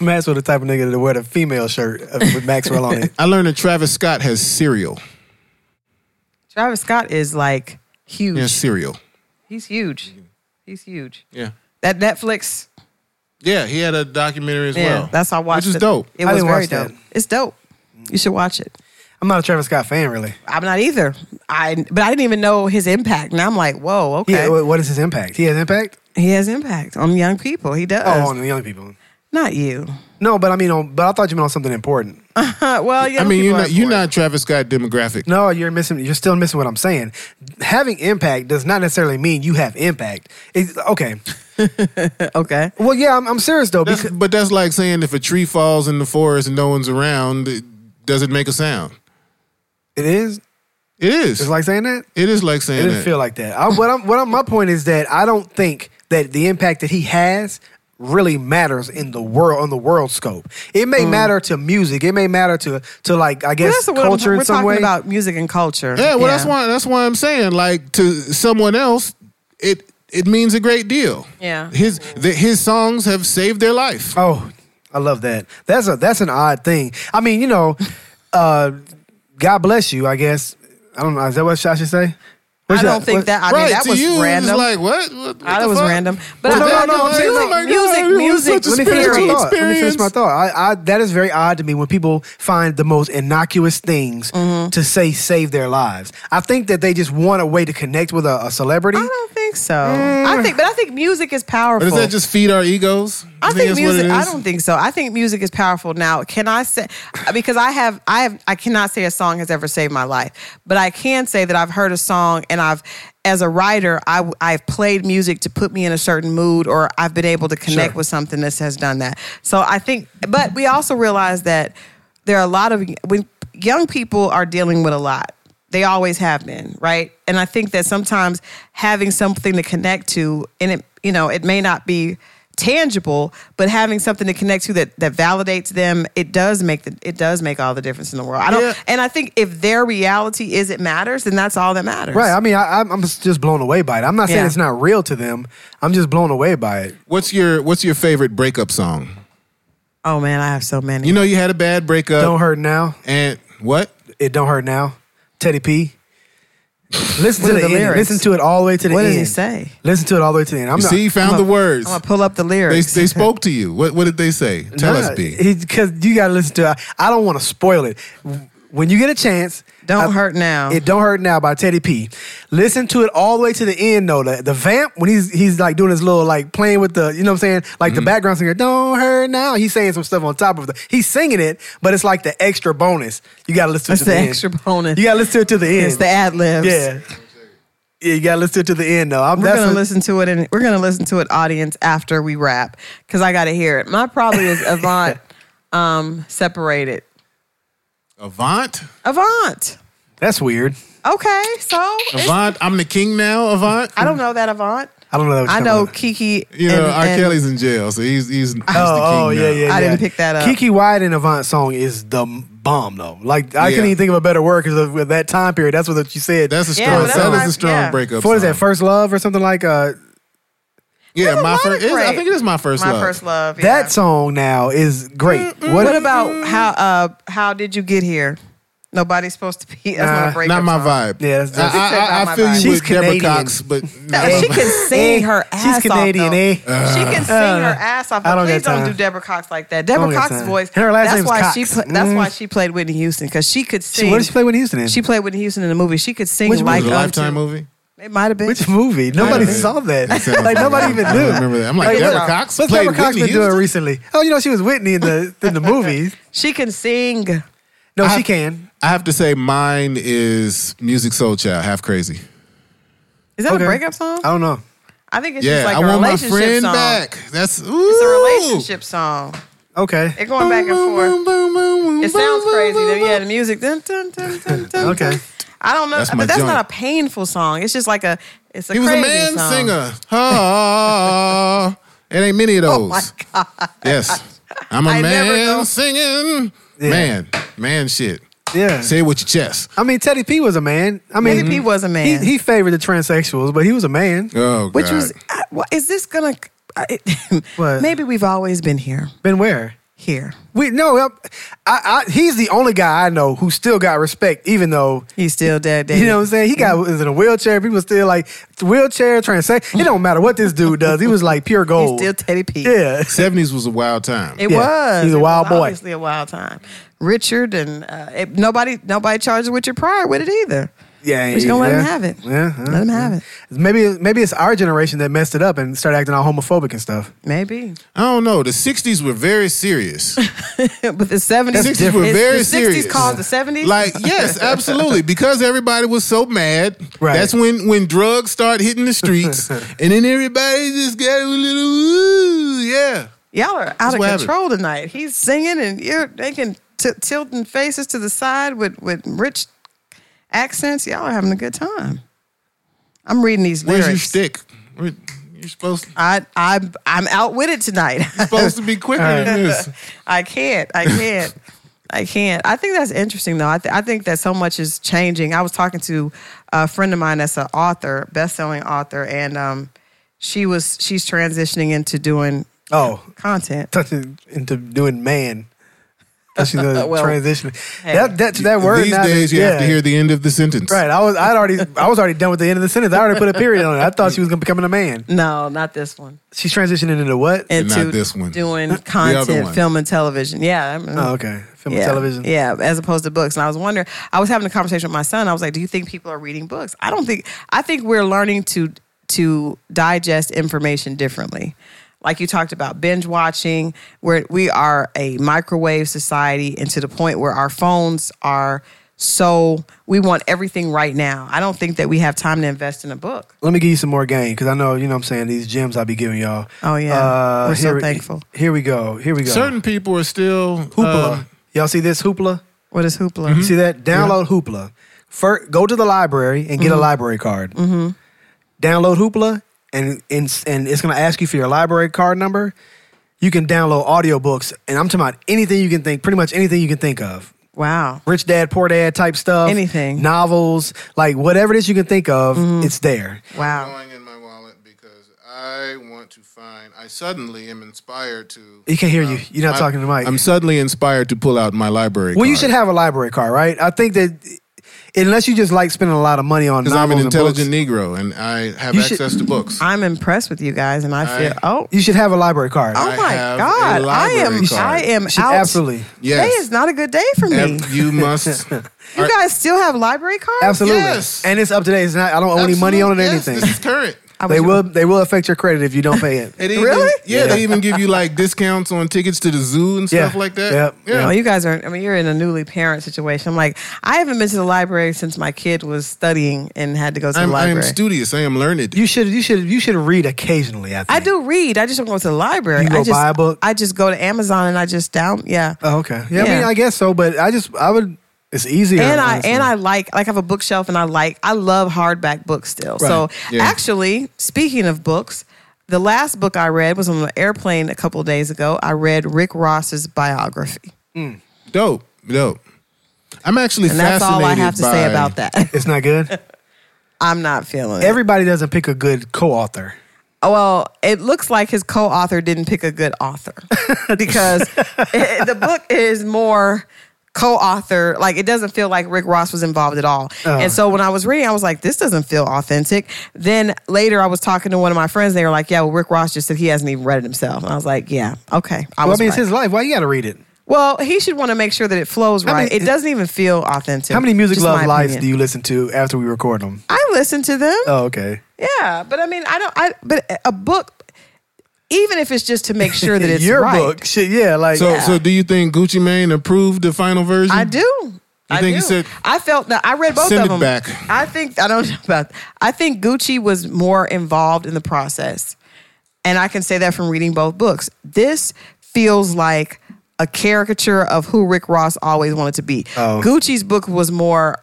E: Maxwell the type of nigga to wear the female shirt uh, with Maxwell on it.
C: I learned that Travis Scott has cereal.
D: Travis Scott is like huge.
C: Yeah, cereal.
D: He's huge.
C: Mm-hmm.
D: He's huge.
C: Yeah.
D: That Netflix.
C: Yeah, he had a documentary as
D: Yeah,
C: well.
D: that's how I watched
C: Which is
D: it.
C: dope.
D: It
E: I
D: was
E: didn't
D: very
E: watch
D: dope.
E: that. Mm.
D: It's dope. You should watch it.
E: I'm not a Travis Scott fan, really.
D: I'm not either. I but I didn't even know his impact. Now I'm like, whoa, okay.
E: Yeah, wh- what is his impact? He has impact.
D: he has impact on young people. He does.
E: Oh, on the young people.
D: Not you.
E: No, but I mean, on, but I thought you meant on something important.
D: Uh, well, young
C: I mean, you're
D: people are
C: not you're
D: for it.
C: not Travis Scott demographic.
E: No, you're missing. You're still missing what I'm saying. Having impact does not necessarily mean you have impact. It's, okay.
D: okay.
E: Well, yeah, I'm, I'm serious though.
C: That's-
E: Because,
C: but that's like saying if a tree falls in the forest and no one's around, it doesn't make a sound.
E: it is.
C: It is.
E: It's like saying that.
C: it is like saying
E: It didn't
C: that.
E: feel like that. I, what I'm, what I'm, my point is that I don't think that the impact that he has really matters in the world on the world scope. It may matter to music. It may matter to to like I
D: Well,
E: guess
D: that's what I'm-
E: culture
D: we're
E: in some
D: talking
E: way.
D: about music and culture.
C: yeah, well, that's why that's why I'm saying like to someone else, it it means a great deal.
D: Yeah.
C: his the, his songs have saved their life.
E: Oh, I love that. That's a that's an odd thing. I mean, you know, uh, God bless you. I guess I don't know. Is that what I should say?
D: I don't think
E: what-
D: that. I
C: right
D: mean, that
C: to
D: was
C: you,
D: random.
C: it's like what? what, what
D: I
C: the
D: was
C: fuck?
D: random, but
E: Well,
D: I,
E: no, no,
D: no,
E: I'm saying,
D: music,
E: oh my
C: God, it was
D: music,
C: such a
E: Let me
D: music,
E: finish
C: spiritual
E: my
D: period.
E: thought. Let me finish my
C: experience.
E: thought. I, I, that is very odd to me when people find the most innocuous things
D: Mm-hmm.
E: to say save their lives. I think that they just want a way to connect with a, a celebrity.
D: I don't think so. I think, but I think music is powerful.
C: Mm. But does that just feed our egos?
D: I think
C: that's what
D: music.
C: it
D: I
C: is?
D: don't think so. I think music is powerful. Now, can I say because I have I have I cannot say a song has ever saved my life, but I can say that I've heard a song and I've as a writer I I've played music to put me in a certain mood or I've been able to connect with something that has done that. So I think, but we also realize that there are a lot of when young people are dealing with a lot. They always have been, right? And I think that sometimes having something to connect to, and it, you know, it may not be tangible, but having something to connect to that that validates them, it does make the it does make all the difference in the world. I don't,
C: Yeah.
D: and I think if their reality is it matters, then that's all that matters.
E: Right. I mean, I, I'm I'm just blown away by it. I'm not saying
D: Yeah.
E: it's not real to them. I'm just blown away by it.
C: What's your What's your favorite breakup song?
D: Oh man, I have so many.
C: You know, you had a bad breakup.
E: Don't hurt now.
C: And what?
E: It don't hurt now. Teddy P. Listen
D: What
E: to
D: are
E: the,
D: the
E: end.
D: lyrics?
E: Listen to it all the way to the
D: What
E: end.
D: does he say?
E: Listen to it all the way to the end. I'm
C: You
E: not,
C: see, you found the words.
D: I'm gonna pull up the
C: They
D: lyrics.
C: They spoke to you. What What did they say? Tell us, B.
E: Because you got to listen to it. I don't want to spoil it. When you get a chance,
D: Don't
E: I-
D: hurt now.
E: It don't hurt now by Teddy P. Listen to it all the way to the end though. The, the vamp when he's he's like doing his little like playing with the you know what I'm saying like
C: Mm-hmm.
E: the background singer. Don't hurt now. He's saying some stuff on top of the. He's singing it, but it's like the extra bonus. You got to listen
D: That's
E: to it
D: the
E: to the, end.
D: extra bonus.
E: You got to listen to it to the end.
D: It's the ad libs.
E: yeah. Yeah, you gotta listen to it to the end though. I'm
D: We're
E: that's
D: gonna
E: a-
D: listen to it, and we're gonna listen to it, audience, after we wrap, because I gotta hear it. My problem is Avant um, separated.
C: Avant.
D: Avant.
E: That's weird.
D: Okay, so it's-
C: Avant. I'm the king now. Avant.
D: I don't know that Avant.
E: I don't know. That
D: I know
E: Oh,
D: Kiki.
C: You know,
D: and-
C: R.
D: and-
C: Kelly's in jail, so he's he's, he's
E: oh
C: the king
E: yeah,
C: now.
E: yeah.
D: I
E: yeah.
D: didn't pick that up.
E: Kiki Wyatt and Avant song is the bomb though. Like I
C: Yeah.
E: couldn't even think of a better word because of with that time period. That's what you said.
C: That's a
D: Yeah,
C: strong.
D: but that's
C: that
D: my-
C: is a strong
D: yeah.
C: breakup.
E: what is
C: song.
E: that? First love or something like uh,
C: Yeah,
D: There's a
C: my
D: lot of
C: first. it is- I
D: great-
C: think it is my first
D: My
C: love.
D: first love. yeah.
E: that song now is great.
D: What, about how? Uh, how did you get here? Nobody's supposed to be. That's
E: Nah,
D: not a
C: Not
D: breakup
C: my
D: song.
C: vibe.
E: Yeah, that's-
C: I, I, I, I
D: Not
C: feel
D: my vibe.
C: you
E: She's
C: with Deborah
E: Canadian.
C: Cox, but not
D: No, she
C: my-
D: can sing
E: Eh,
D: her
E: she's
D: ass
E: Canadian,
D: off. though.
E: eh?
C: Uh,
D: she can sing her ass off.
E: I
D: But
E: don't
D: please
E: got
D: don't do
E: time.
D: Deborah Cox like that. Deborah
E: don't got
D: Cox's
E: time.
D: voice.
E: Her last
D: that's
E: name's
D: why
E: Cox.
D: she. pla- that's
E: Mm.
D: why she played Whitney Houston because she could sing.
E: She, what did she play Whitney Houston in?
D: She played Whitney Houston in the movie. She could sing
E: Which
D: like
C: was it a
D: unto-
C: lifetime movie.
D: It might have been.
E: Which movie? Nobody
C: Yeah.
E: saw that.
C: That sounds
E: like nobody
C: familiar.
E: even
C: I
E: knew.
C: don't remember that. I'm like,
E: Like,
C: Deborah
D: what's-
C: Cox
E: What's
C: played
E: Deborah Cox
C: Whitney
E: been doing
C: Houston?
E: recently? Oh, you know she was Whitney in the in the movies.
D: she can sing.
E: No,
C: I-
E: she can.
C: I have to say, mine is Music Soul Child, Half Crazy.
D: Is that
E: Okay.
D: a breakup song?
E: I don't know.
D: I think it's
C: yeah,
D: just like
C: I
D: a
C: want my
D: relationship
C: friend
D: song.
C: back. That's ooh.
D: It's a relationship song.
E: Okay.
D: They're going back and forth. It sounds crazy. though. Yeah, the music. Dun, dun, dun, dun, dun,
E: Okay.
D: dun. I don't know,
C: That's my
D: but that's
C: joint.
D: not a painful song. It's just like a. It's a
C: He was a
D: crazy
C: man
D: song.
C: singer. Ah, it ain't many of those.
D: Oh my god!
C: Yes. I'm a
D: I never know.
C: man singing.
E: Yeah.
C: Man, man shit.
E: Yeah.
C: Say it with your chest.
E: I mean, Teddy P was a man. I mean,
D: Teddy P was a man.
E: He, he favored the transsexuals, but he was a man.
C: Oh, God.
D: Which was I, Uh, what, is this gonna? I,
E: What?
D: maybe we've always been here.
E: Been where?
D: Here,
E: We no. I, I, I, he's the only guy I know who still got respect, even though
D: he's still dead. David.
E: you know what I'm saying. He got
D: Mm-hmm.
E: was in a wheelchair. People still like wheelchair transsexual. It don't matter what this dude does. He was like pure
D: he's
E: gold.
D: still Teddy P.
E: yeah.
C: 70s was a wild time.
D: It
E: Yeah,
D: was.
E: he's a
D: It
E: wild
D: was
E: boy.
D: Obviously, a wild time. Richard and uh, it, nobody, nobody charged Richard Pryor with it either.
E: Yeah,
D: We're just gonna let
E: yeah.
D: him have it.
E: Yeah, yeah,
D: let him have
E: yeah.
D: it.
E: Maybe maybe it's our generation that messed it up and started acting all homophobic and stuff.
D: Maybe,
C: I don't know. The 60s were very serious.
D: but the seventies.
C: The 60s were very
D: the
C: serious.
D: caused the seventies.
C: Like, yes, absolutely. Because everybody was so mad.
E: Right.
C: That's when when drugs start hitting the streets. and then everybody just got a little, ooh, yeah.
D: y'all are out of
C: what happened.
D: control tonight. He's singing and you're making t- tilting faces to the side with with rich accents. Y'all are having a good time. I'm reading these
C: Where's
D: lyrics.
C: your stick? Where- You're supposed, you're
D: I I I'm out with it tonight.
C: supposed to be quicker than this.
D: I can't. I can't. I can't. I think that's interesting, though. I, th- I think that so much is changing. I was talking to a friend of mine that's an author, best-selling author, and um, she was she's transitioning into doing
E: Oh,
D: content.
E: touching into doing man. Touching the
D: Well,
E: transition.
D: hey.
E: That that that word
C: These
E: now
C: days,
E: that-
C: you have to
E: yeah.
C: hear the end of the sentence.
E: Right, I was I already I was already done with the end of the sentence. I already put a period on it. I thought she was gonna becoming a man.
D: No, not this one.
E: She's transitioning into what?
C: not
D: Into
C: this one.
D: doing
C: other
D: content,
C: one.
D: film, and television. Yeah. I mean,
E: oh, okay, film
D: yeah,
E: and television.
D: Yeah, as opposed to books. And I was wondering, I was having a conversation with my son. I was like, "Do you think people are reading books?" I don't think. I think we're learning to to digest information differently. Like you talked about binge watching, where we are a microwave society, and to the point where our phones are so we want everything right now. I don't think that we have time to invest in a book.
E: Let me give you some more game because I know you know what I'm saying these gems I'll be giving y'all. Uh,
D: Oh, yeah. We're so
E: here we-
D: thankful.
E: Here we go. Here we go.
C: Certain people are still
E: hoopla.
C: uh,
E: y'all see this hoopla?
D: What is hoopla?
E: You see that? Download Hoopla. First, go to the library and get a library card. Mm-hmm. Download Hoopla, and, and and it's gonna ask you for your library card number. You can download audiobooks, and I'm talking about anything you can think, pretty much anything you can think of.
D: Wow.
E: Rich dad, poor dad type stuff.
D: Anything. Mm-hmm.
E: Novels, like whatever it is you can think of, it's there.
D: Wow.
C: going in my wallet because I want to find. I suddenly am inspired to.
E: He can't hear you. You're not talking to Mike.
C: I'm suddenly inspired to pull out my library.
E: well, you should have a library card, right? I think that unless you just like spending a lot of money on
C: Because I'm an
E: novels and books,
C: intelligent Negro and I have
E: You should-
C: access to books.
D: I'm impressed with you guys, and I feel
C: I-
D: oh.
E: you should have a library card.
D: Oh
C: I
D: my
C: have a
D: God! I am.
C: library card.
D: I am
E: You should
D: out.
E: absolutely.
C: Yes.
D: Today is not a good day for me.
C: Ev- you must.
D: you guys still have library cards?
E: Absolutely.
C: Yes.
E: And it's up to date. It's not. I don't owe any money on it or
C: Yes,
E: anything.
C: This is current.
D: I
E: They
D: wish-
E: will. They will affect your credit if you don't pay it.
C: It even-
D: Really?
C: Yeah, they even give you like discounts on tickets to the zoo and stuff
E: Yeah.
C: like that.
E: Yep.
D: No,
C: Yeah.
D: you guys are. I mean, you're in a newly parent situation. I'm like, I haven't been to the library since my kid was studying and had to go to the
C: I'm, I
D: library.
C: am studious. I am learned.
E: you should. You should. You should read occasionally. I think.
D: I do read. I just don't go to the library.
E: You go
D: I just,
E: buy a book?
D: I just go to Amazon and I just down. Yeah.
E: Oh, okay. Yeah, I
D: Yeah.
E: mean, I guess so. But I just. I would. It's easier.
D: and I
E: honestly.
D: and I like like I have a bookshelf and I like I love hardback books still. So
C: Yeah.
D: actually, speaking of books, the last book I read was on an airplane a couple of days ago. I read Rick Ross's biography,
C: Dope. Dope. I'm actually
D: and that's
C: fascinated
D: all I have to say
C: by-
D: about that.
E: It's not good.
D: I'm not feeling it.
E: Everybody doesn't pick a good co-author.
D: Well, it looks like his co-author didn't pick a good author because it- the book is more co-author like it doesn't feel like Rick Ross was involved at all.
E: Uh-huh.
D: And so when I was reading I was like this doesn't feel authentic. Then later I was talking to one of my friends they were like yeah, well Rick Ross just said he hasn't even read it himself. And I was like, yeah, okay. I
E: Well, I
D: was
E: mean, it's
D: right.
E: his life. Why you got to read it?
D: Well, he should want to make sure that it flows
E: How
D: right.
E: many-
D: it doesn't even feel authentic.
E: How many music
D: Just
E: love
D: my
E: lives
D: opinion.
E: do you listen to after we record them?
D: I listen to them.
E: Oh, okay.
D: Yeah, but I mean, I don't. I but a book, even if it's just to make sure that it's
E: your
D: right,
E: book. Shit, yeah. Like
C: So, so do you think Gucci Mane approved the final version?
D: I do.
C: You
D: I
C: think he
D: do.
C: said-
D: I felt that I read both
C: Send
D: of
C: it
D: them.
C: back.
D: I think I don't know about. I think Gucci was more involved in the process, and I can say that from reading both books. This feels like a caricature of who Rick Ross always wanted to be.
C: Oh.
D: Gucci's book was more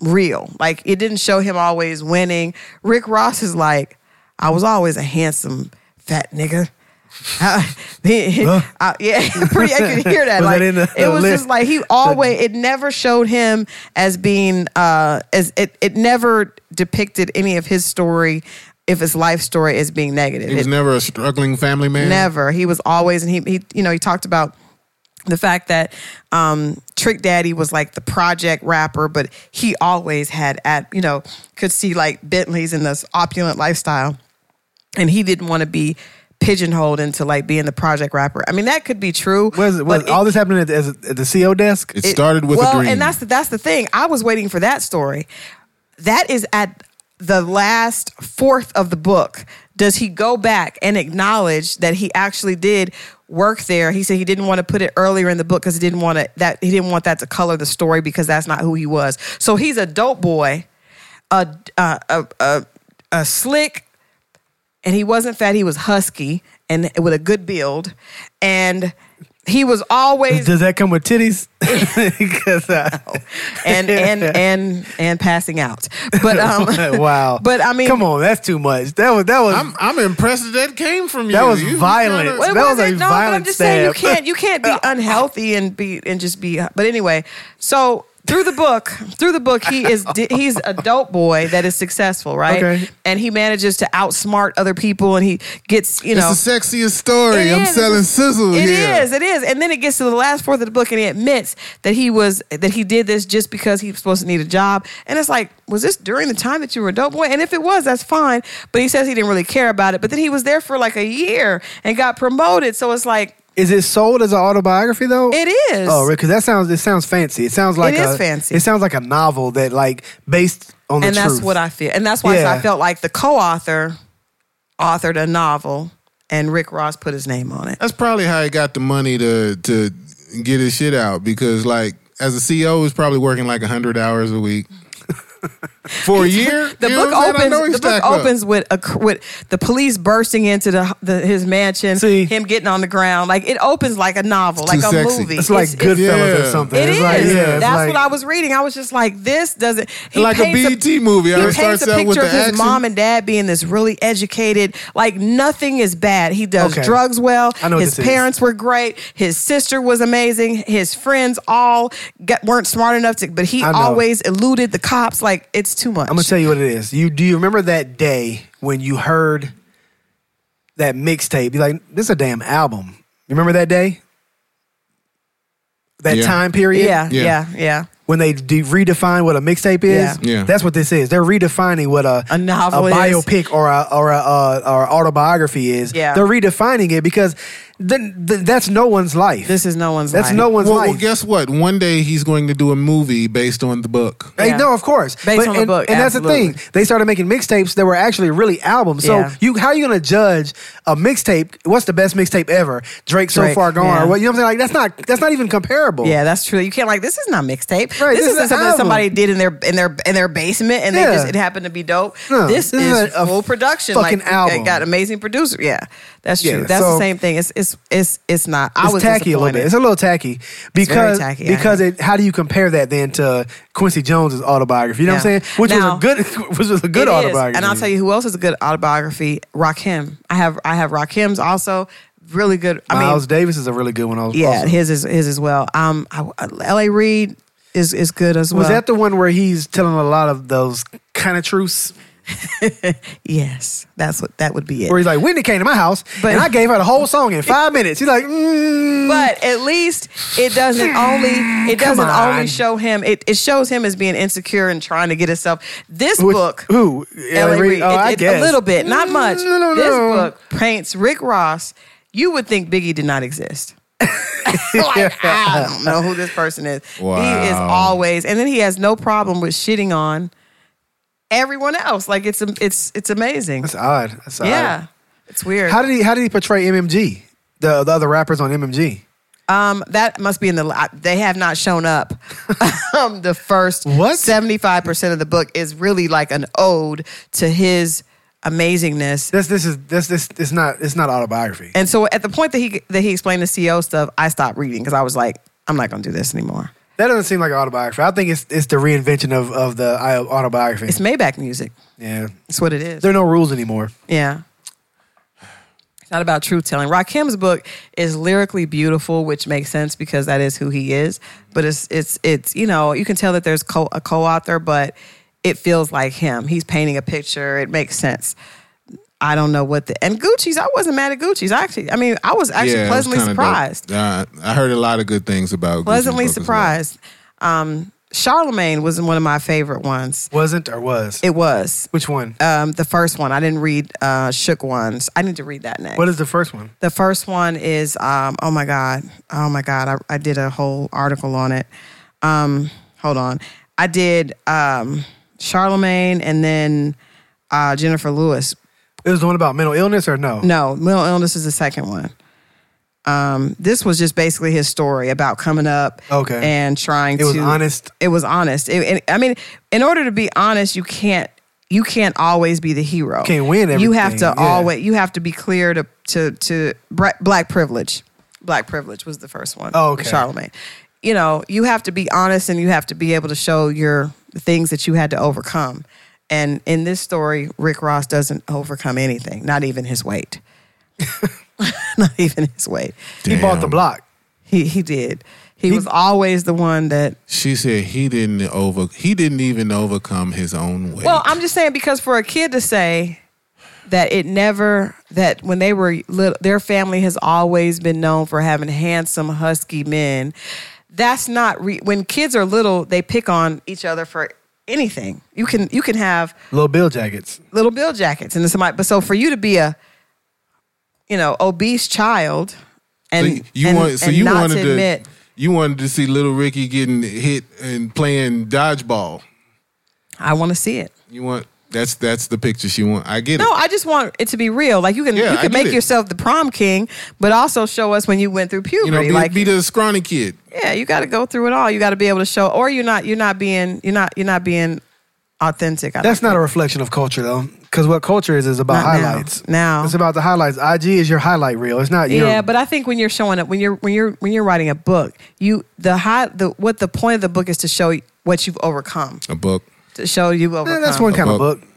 D: real. Like it didn't show him always winning. Rick Ross is like, I was always a handsome fat nigga. I- I- yeah, pretty. I could hear that.
E: Was
D: like
E: that in the-
D: it was
E: the
D: just like he always. It never showed him as being uh as it. It never depicted any of his story, if his life story, as being negative.
C: He was
D: It-
C: never a struggling family man.
D: Never. He was always, and he, he you know, he talked about the fact that um, Trick Daddy was like the project rapper, but he always had at you know could see like Bentleys in this opulent lifestyle, and he didn't want to be pigeonholed into like being the project rapper. I mean, that could be true.
E: Was, was
D: but it-
E: all this happening at the, at the CO desk?
C: It started with
D: well,
C: a dream.
D: and that's the, that's the thing. I was waiting for that story. That is at the last fourth of the book. Does he go back and acknowledge that he actually did work there? He said he didn't want to put it earlier in the book because he didn't want to, that he didn't want that to color the story because that's not who he was. So he's a dope boy, a a a, a, a slick, and he wasn't fat. He was husky and with a good build, and he was always
E: Does that come with titties? 'Cause, uh,
D: and and and and passing out. But um,
E: wow.
D: But I mean,
E: come on, that's too much. That was that was
C: I'm I'm impressed that, that came from you.
E: That was
C: You- you
E: violent.
C: kinda-
D: Well, it
E: That was a
D: wasn't- no, but I'm
E: violent
D: just saying you
E: stab.
D: can't you can't be unhealthy and be and just be. But anyway, so through the book, through the book, he is di- he's a dope boy that is successful, right?
E: Okay.
D: And he manages to outsmart other people, and he gets you know
C: It's the sexiest story.
D: It
C: I'm
D: is.
C: selling sizzle
D: It
C: here.
D: is, It is. And then it gets to the last fourth of the book, and he admits that he was that he did this just because he was supposed to need a job. And it's like, was this during the time that you were a dope boy? And if it was, that's fine. But he says he didn't really care about it. But then he was there for like a year and got promoted. So it's like
E: Is it sold as an autobiography though?
D: it is.
E: Oh, because that sounds it sounds fancy. It sounds like
D: It is
E: a-
D: fancy.
E: It sounds like a novel that like based on
D: and
E: the
D: that's
E: truth.
D: what I feel. And that's why
E: Yeah.
D: I felt like the co-author authored a novel, and Rick Ross put his name on it.
C: That's probably how he got the money to to get his shit out because like as a E CEO he's probably working like hundred hours a week. For a year,
D: The
C: You know
D: book
C: what I'm saying? I know
D: opens.
C: he's
D: The book
C: stacked up.
D: opens with a cr- with the police bursting into the, the his mansion,
E: See?
D: him getting on the ground. Like it opens like a novel,
C: too
D: like a
C: sexy.
D: movie.
C: It's
E: It's like Goodfellas
C: it's-
E: or something.
D: It
E: it's
D: is.
E: Like, yeah, it's
D: That's
E: like-
D: what I was reading. I was just like, this doesn't. He
C: Like a
D: paints
C: BET movie. I
D: He
C: mean, it
D: paints
C: starts
D: a
C: out with
D: picture of
C: the
D: his
C: action.
D: mom and dad being this really educated. Like nothing is bad. He does
E: Okay.
D: drugs well.
E: I know what
D: his
E: this is.
D: parents were great. His sister was amazing. His friends all got, weren't smart enough to. But he
E: I know.
D: always eluded the cops. Like it's too much.
E: I'm gonna tell you what it is. You do you remember that day when you heard that mixtape? You're like, this is a damn album. You remember that day? That
C: Yeah.
E: time period?
D: Yeah,
C: Yeah.
D: yeah, yeah.
E: when they de- redefine what a mixtape is.
C: Yeah. Yeah.
E: that's what this is. They're redefining what a
D: A novel
E: a
D: is.
E: biopic, or a or a uh, or autobiography is.
D: Yeah.
E: they're redefining it because th- th- that's no one's life.
D: This is no one's
E: that's
D: life.
E: no one's
C: Well,
E: life.
C: well, guess what? One day he's going to do a movie based on the book.
E: Hey,
D: Yeah.
E: No, of course.
D: Based on the
E: and,
D: book,
E: and
D: absolutely.
E: that's the thing. They started making mixtapes that were actually really albums. So
D: Yeah.
E: you, how are you going to judge a mixtape? What's the best mixtape ever? Drake, so
D: Drake,
E: far gone.
D: yeah.
E: Or what you know what I'm saying? Like that's not that's not even comparable.
D: Yeah, that's true. You can't like this is not mixtape.
E: Right,
D: this,
E: this is
D: isn't
E: an
D: something that
E: album.
D: somebody did in their in their in their basement and they
E: Yeah.
D: just it happened to be dope.
E: No,
D: this,
E: this
D: is,
E: is a- a
D: full production.
E: fucking
D: like, It
E: album.
D: got amazing producer. Yeah, that's true.
E: Yeah,
D: that's the
E: so-
D: same thing. It's it's it's it's not. I
E: it's
D: was
E: tacky a little bit.
D: disappointed.
E: It's a little tacky because
D: tacky, I
E: because
D: know.
E: it. How do you compare that then to Quincy Jones's autobiography? You know what
D: Yeah.
E: I'm saying? Which
D: Now-
E: was a good, which was a
D: It
E: good
D: is.
E: autobiography.
D: And I'll tell you who else is a good autobiography. Rakim. I have I have Rakim's also really good. I mean,
E: Miles Davis is a really good one. I was
D: yeah,
E: also.
D: his is his as well. Um, I, L.A. Reid is is good as well.
E: was that the one where he's telling a lot of those kind of truths?
D: yes? That's what that would be it.
E: Where he's like, Whitney came to my house
D: But-
E: and I gave her the whole song in five minutes. He's like, mm.
D: but at least it doesn't only it
E: Come
D: doesn't
E: on.
D: only show him it, it shows him as being insecure and trying to get himself this
E: Which-
D: book
E: who?
D: LA
E: Reid?
D: Reid,
E: Oh,
D: it-
E: I
D: it- a
E: guess.
D: little bit not
E: Mm,
D: much
E: no, no,
D: this
E: no.
D: book paints Rick Ross you would think Biggie did not exist like, I don't know who this person is he is
C: Wow.
D: always and then he has no problem with shitting on everyone else like it's it's it's amazing
E: That's odd. That's odd.
D: yeah it's weird
E: How did he? How did he portray MMG? The the other rappers on MMG.
D: Um, that must be in the. I- They have not shown up. um, the first
E: What?
D: seventy five percent of the book is really like an ode to his amazingness.
E: This this is this this it's not it's not autobiography.
D: And so at the point that he that he explained the CEO stuff, I stopped reading because I was like, I'm not going to do this anymore.
E: That doesn't seem like autobiography. I think it's it's the reinvention of of the i- autobiography.
D: It's Maybach music.
E: yeah,
D: That's what it is.
E: there are no rules anymore.
D: Yeah. It's not about truth telling. Rakim's book is lyrically beautiful, which makes sense because that is who he is. But it's it's it's you know you can tell that there's co- a co-author, but it feels like him. He's painting a picture. It makes sense. I don't know what the and Gucci's. I wasn't mad at Gucci's. I actually, I mean, I was actually
C: it was
D: pleasantly
C: kinda dope.
D: surprised
C: Uh, I heard a lot of good things about. Gucci's
D: pleasantly
C: book as well.
D: surprised. Um, Charlemagne was one of my favorite ones.
E: Wasn't or was?
D: It was
E: Which one?
D: um, the first one. I didn't read uh, Shook ones. I need to read that next.
E: what is the first one?
D: the first one is um, oh my god, oh my god. I, I did a whole article on it. Um, hold on, I did um, Charlemagne and then uh, Jennifer Lewis.
E: It was the one about mental illness or no?
D: No, mental illness is the second one. Um, this was just basically his story about coming up
E: Okay.
D: and trying
E: It was
D: to
E: honest?
D: It was honest. It, and, I mean, in order to be honest, you can't you can't always be the hero.
E: Can't win
D: You have
E: everything,
D: to
E: yeah.
D: always you have to be clear to to to bra- black privilege. Black privilege was the first one.
E: Oh, okay.
D: Charlemagne. You know, you have to be honest and you have to be able to show your the things that you had to overcome. And in this story, Rick Ross doesn't overcome anything, not even his weight. not even his weight.
E: He bought the
C: Damn.
E: block.
D: He he did. he was always the one that
C: She said he didn't over. He didn't even overcome his own weight.
D: Well, I'm just saying because for a kid to say that it never that when they were little, their family has always been known for having handsome husky men. That's not re- when kids are little, they pick on each other for anything. You can you can have
E: Little Bill jackets.
D: little bill jackets and somebody, but so for you to be a you know obese child and
C: so you
D: and-
C: want. So
D: and
C: you
D: not
C: wanted
D: to admit.
C: You wanted to see little Ricky getting hit and playing dodgeball.
D: I want to see it.
C: You want. That's that's the picture she want. I get
D: No,
C: it.
D: I just want it to be real. Like you can
C: Yeah,
D: you
C: I
D: can
C: get
D: make
C: it.
D: yourself the prom king, but also show us when you went through puberty.
C: You know, be,
D: like
C: be the scrawny kid.
D: yeah, you got to go through it all. You got to be able to show, or you're not you're not being you're not you're not being authentic. I
E: That's
D: don't
E: not a
D: think.
E: reflection of culture though, because what culture is is
D: Not
E: about
D: now.
E: highlights.
D: Now.
E: it's about the highlights. IG is your highlight reel. It's not your.
D: Yeah, but I think when you're showing up, when you're when you're when you're writing a book, you the high the what the point of the book is to show what you've overcome,
C: A book.
D: to show you overcome.
E: Eh, that's one kind of
C: book.
E: book.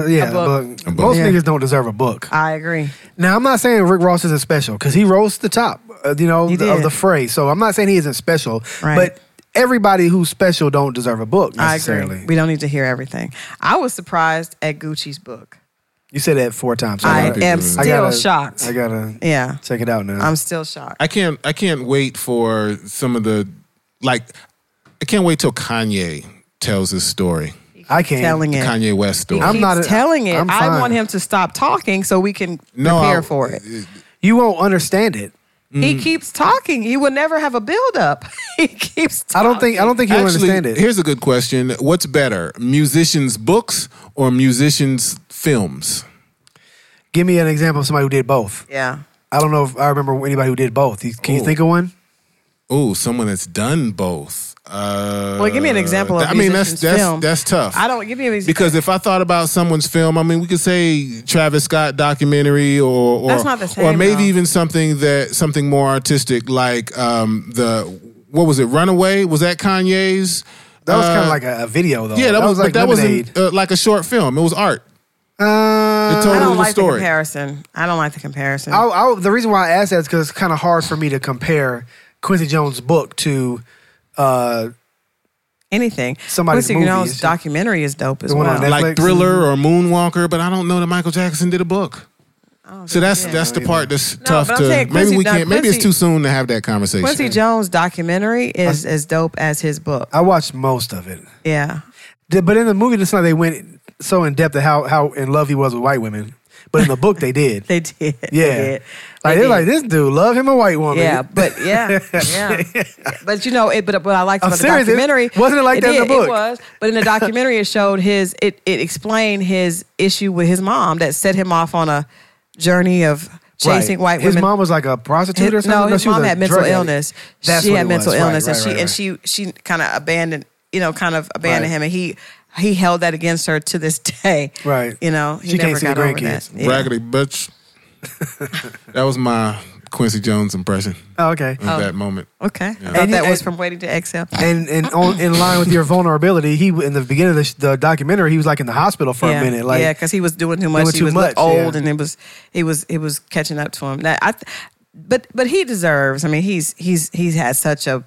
E: Uh, yeah,
D: A book.
E: but
C: A book.
E: most
D: Yeah.
E: niggas don't deserve a book.
D: I agree.
E: Now I'm not saying Rick Ross isn't special because he rose to the top, uh, you know,
D: He
E: the- of
D: did.
E: the fray. So I'm not saying he isn't special,
D: Right.
E: but everybody who's special don't deserve a
D: I
E: book
D: agree.
E: necessarily.
D: We don't need to hear everything. I was surprised at Gucci's book.
E: You said that four times. so
D: I
E: gotta-
D: am
C: I
D: still shocked.
E: I gotta
D: yeah,
E: check it out now.
D: I'm still shocked.
C: I can't. I can't wait for some of the like. I can't wait till Kanye tells his story.
E: I can't.
D: telling it.
C: Kanye West story.
E: I'm
D: He's
E: not a-
D: telling it.
E: I'm
D: I
E: fine.
D: want him to stop talking so we can
C: No,
D: prepare
C: I-
D: for it.
E: uh, You won't understand it. mm.
D: He keeps talking. He will never have a build up. he keeps
E: I
D: talking.
E: don't think. I don't think you'll
C: Actually,
E: understand it.
C: here's a good question: What's better, musicians' books or musicians' films?
E: Give me an example of somebody who did both.
D: Yeah.
E: I don't know if I remember anybody who did both. You- Can you
C: Ooh.
E: think of one?
C: Oh, someone that's done both. Uh,
D: Well, give me an example of
C: I mean, that's
D: musician's
C: that's
D: film.
C: that's tough.
D: I don't give me an example.
C: because if I thought about someone's film, I mean, we could say Travis Scott documentary, or or
D: That's not the same,
C: or maybe
D: though.
C: even something that something more artistic, like um, the what was it, Runaway? Was that Kanye's?
E: That was
C: Uh,
E: kind of like a, a video, though.
C: yeah, that, was,
E: like
C: but that
E: lemonade.
C: wasn't uh, like a short film. It was art. It
E: Uh,
C: told
D: I
C: a
D: don't
C: little
D: like the
C: story.
D: comparison. I don't like the comparison.
E: I, I, the reason why I asked that is because it's kind of hard for me to compare Quincy Jones' book to uh,
D: Anything.
E: Somebody's
D: Quincy
E: movie
D: Jones'
E: is-
D: documentary is dope as
E: The one on
D: well.
E: Netflix.
C: like Thriller or Moonwalker, but I don't know that Michael Jackson did a book. So that's
D: did.
C: that's the part that's tough
D: but I'm
C: to
D: saying
C: maybe
D: Quincy
C: we
D: Don-
C: can't maybe it's
D: Quincy-
C: too soon to have that conversation.
D: Quincy Jones' documentary is as dope as his book.
E: I watched most of it,
D: Yeah.
E: Did- but in the movie, it's not they went so in depth of how how in love he was with white women. But in the book, they did.
D: They did.
E: yeah,
D: They did.
E: like
D: They
E: they're
D: did.
E: like this dude love him a white woman.
D: Yeah, but yeah, yeah. But you know, it, but what I liked
E: I'm
D: about the
E: serious, it-
D: documentary
E: wasn't it like that in
D: did,
E: the book?
D: It was, but in the documentary, it showed his it it explained his issue with his mom that set him off on a journey of chasing white
E: His
D: women.
E: mom was like a prostitute or
D: His-
E: something.
D: No, his
E: she was
D: mom
E: a
D: had mental
E: drug addict.
D: illness.
E: That's
D: she
E: what
D: had
E: it
D: mental
E: was. Right,
D: illness,
E: right,
D: and
E: right,
D: she and she she kind of abandoned, you know, kind of abandoned
E: Right.
D: him, and he he held that against her to this day.
E: Right.
D: You know, he
E: She
D: never
E: can't see
D: got
E: the
D: over
E: grandkids.
D: that. Yeah.
C: Raggedy bitch. that was my Quincy Jones impression
E: Oh, okay.
C: of that moment.
D: Okay, I thought
E: And he-
D: that was
E: and-
D: from Waiting to Exhale.
E: and and on, in line with your vulnerability, he in the beginning of the, sh- the documentary, he was like in the hospital for
D: yeah.
E: a minute, like
D: yeah, because he was doing too much.
E: doing
D: he
E: too
D: was
E: much,
D: looked
E: yeah.
D: old, and it was it was it was catching up to him. That I, th- but but he deserves. I mean, he's he's he's had such a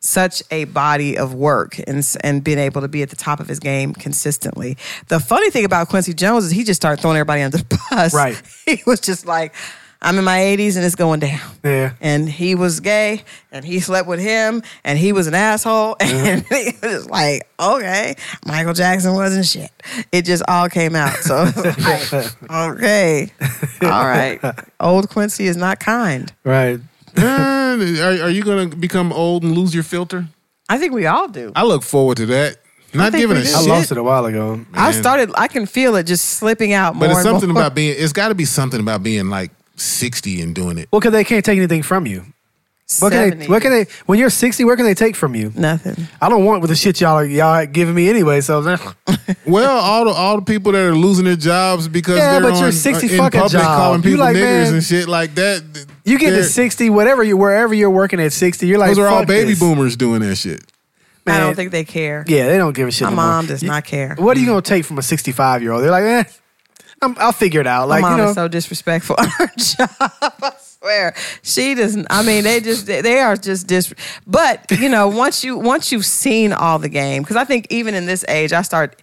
D: such a body of work and s- and being able to be at the top of his game consistently. The funny thing about Quincy Jones is he just started throwing everybody under the bus.
E: Right.
D: He was just like. I'm in my 80s and it's going down.
E: Yeah.
D: And he was gay and he slept with him and he was an asshole. And it was just like, okay, Michael Jackson wasn't shit. It just all came out. So, it's like, okay. All right. Old Quincy is not kind.
E: right.
C: Man, are, are you going to become old and lose your filter?
D: I think we all do.
C: I look forward to that. Not
D: think
C: giving a
D: we do.
E: I
C: shit.
E: lost it a while ago.
D: I
C: Man.
D: started, I can feel it just slipping out more.
C: But it's
D: and
C: something
D: more.
C: about being, it's got to be something about being like 60 and doing it.
E: Well, because they can't take anything from you. What can they?
D: 70.
E: What can they? When you're sixty, where can they take from you?
D: Nothing.
E: I don't want with the shit y'all are, y'all are giving me anyway. So
C: Well, all the all the people that are losing their jobs because
E: Yeah,
C: they're
E: but
C: on, uh,
E: you're 60
C: in
E: fucking
C: public
E: job.
C: calling
E: You
C: people
E: like,
C: niggers
E: man,
C: and shit like that. th-
E: you get to
C: they're-
E: sixty, whatever you wherever you're working at sixty, you're like
C: Those are all
E: "Fuck
C: baby
E: this."
C: boomers doing that shit.
D: I
E: Man.
D: don't think they care.
E: Yeah, they don't give a shit.
D: My
E: no more.
D: mom does
E: You-
D: not care.
E: What are you gonna take from a sixty five year old? They're like, eh, I'm, I'll figure it out. Like
D: My mom
E: you know,
D: is so disrespectful on her job. I swear, she doesn't. I mean, they just they- they are just dis. But you know, once you once you've seen all the game, because I think even in this age, I start.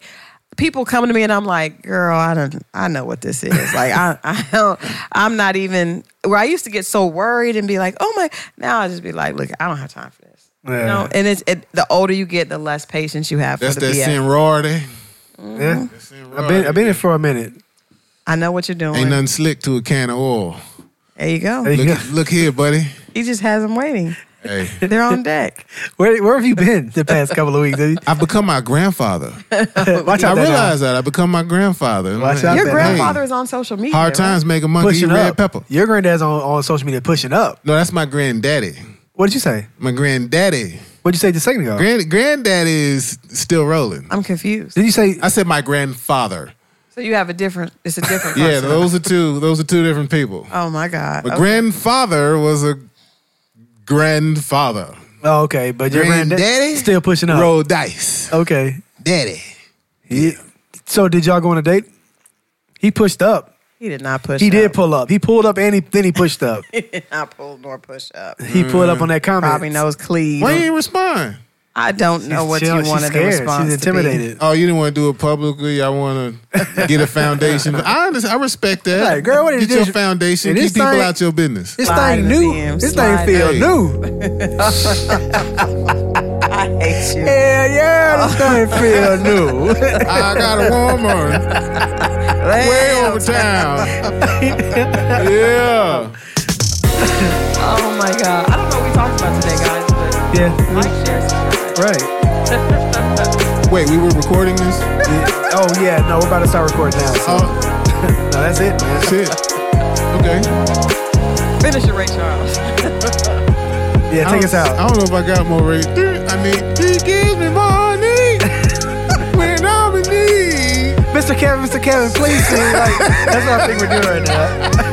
D: People coming to me and I'm like, girl, I don't, I know what this is. Like, I, I don't, I'm not even. Where I used to get so worried and be like, oh my. Now I just be like, look, I don't have time for this.
E: Yeah.
D: You know, and it's it, the older you get, the less patience you have
C: That's
D: for the
C: that
D: BS.
C: sorority.
D: eh.
E: yeah. I've been I've been in for a minute.
D: I know what you're doing.
C: Ain't nothing slick to a can of oil.
D: there you go.
E: Hey.
C: Look,
E: Yeah.
C: look here, buddy.
D: He just has them waiting.
C: Hey,
D: They're on deck.
E: Where where have you been the past couple of weeks?
C: I've become my grandfather.
E: Watch
C: I
E: out! that
C: realize that I've become my grandfather.
E: Watch out
D: Your
E: that-
D: grandfather is on social media.
C: hard
D: right?
C: times make a
E: now.
C: monkey eat
E: pushing
C: red
E: up.
C: pepper.
E: Your granddad's on, on social media pushing up.
C: No, that's my granddaddy.
E: What did you say?
C: My granddaddy.
E: What did you say just a second ago?
C: Grand, granddaddy is still rolling.
D: I'm confused.
E: did you say
C: I said my grandfather.
D: So you have a different. It's a different.
C: Yeah,
D: person.
C: those are two. Those are two different people.
D: Oh my god.
C: My
D: Okay.
C: grandfather was a grandfather.
E: Oh, okay. But your granddad
C: Granddaddy
E: still pushing up.
C: Roll dice,
E: Okay.
C: daddy.
E: He- So did y'all go on a date? He pushed up.
D: he did not push.
E: He
D: up.
E: did pull up. He pulled up and he then he pushed up.
D: He did not pull nor push up.
E: he pulled up on that comment.
D: Probably knows Cleve.
C: Why you ain't respond?
D: I don't know
E: She's
D: what
E: chill-
D: you wanted
E: She's scared.
D: the response.
E: She's
D: to be.
E: intimidated.
C: Oh, you didn't want to do it publicly. I want to get a foundation. I understand, I respect that.
E: Like, girl, what is
C: get
E: this?
C: your foundation.
E: And
C: Keep
E: this
C: people
E: thing-
C: out your business.
E: This
D: Slide
E: thing
D: in the
E: new.
D: DMs.
E: This
D: Slide
E: thing feel
C: in.
E: new.
D: I hate you.
E: Yeah, yeah. This thing feel new.
C: I got a woman way over town. yeah.
D: Oh my god. I don't know what we talked about today, guys. But
E: yeah.
D: like, share, subscribe.
E: Right.
C: Wait, we were recording this?
E: Yeah. Oh yeah. No, we're about to start recording now. So.
C: Oh,
E: No, that's it, man.
C: shit. Okay.
D: Finish your Ray Charles.
E: Yeah, take us out.
C: I don't know if I got more rate. I mean, he gives me money when I'm in need. oh.
E: Mr. Kevin, Mr. Kevin, please sing. Like, that's what I think we're doing right now.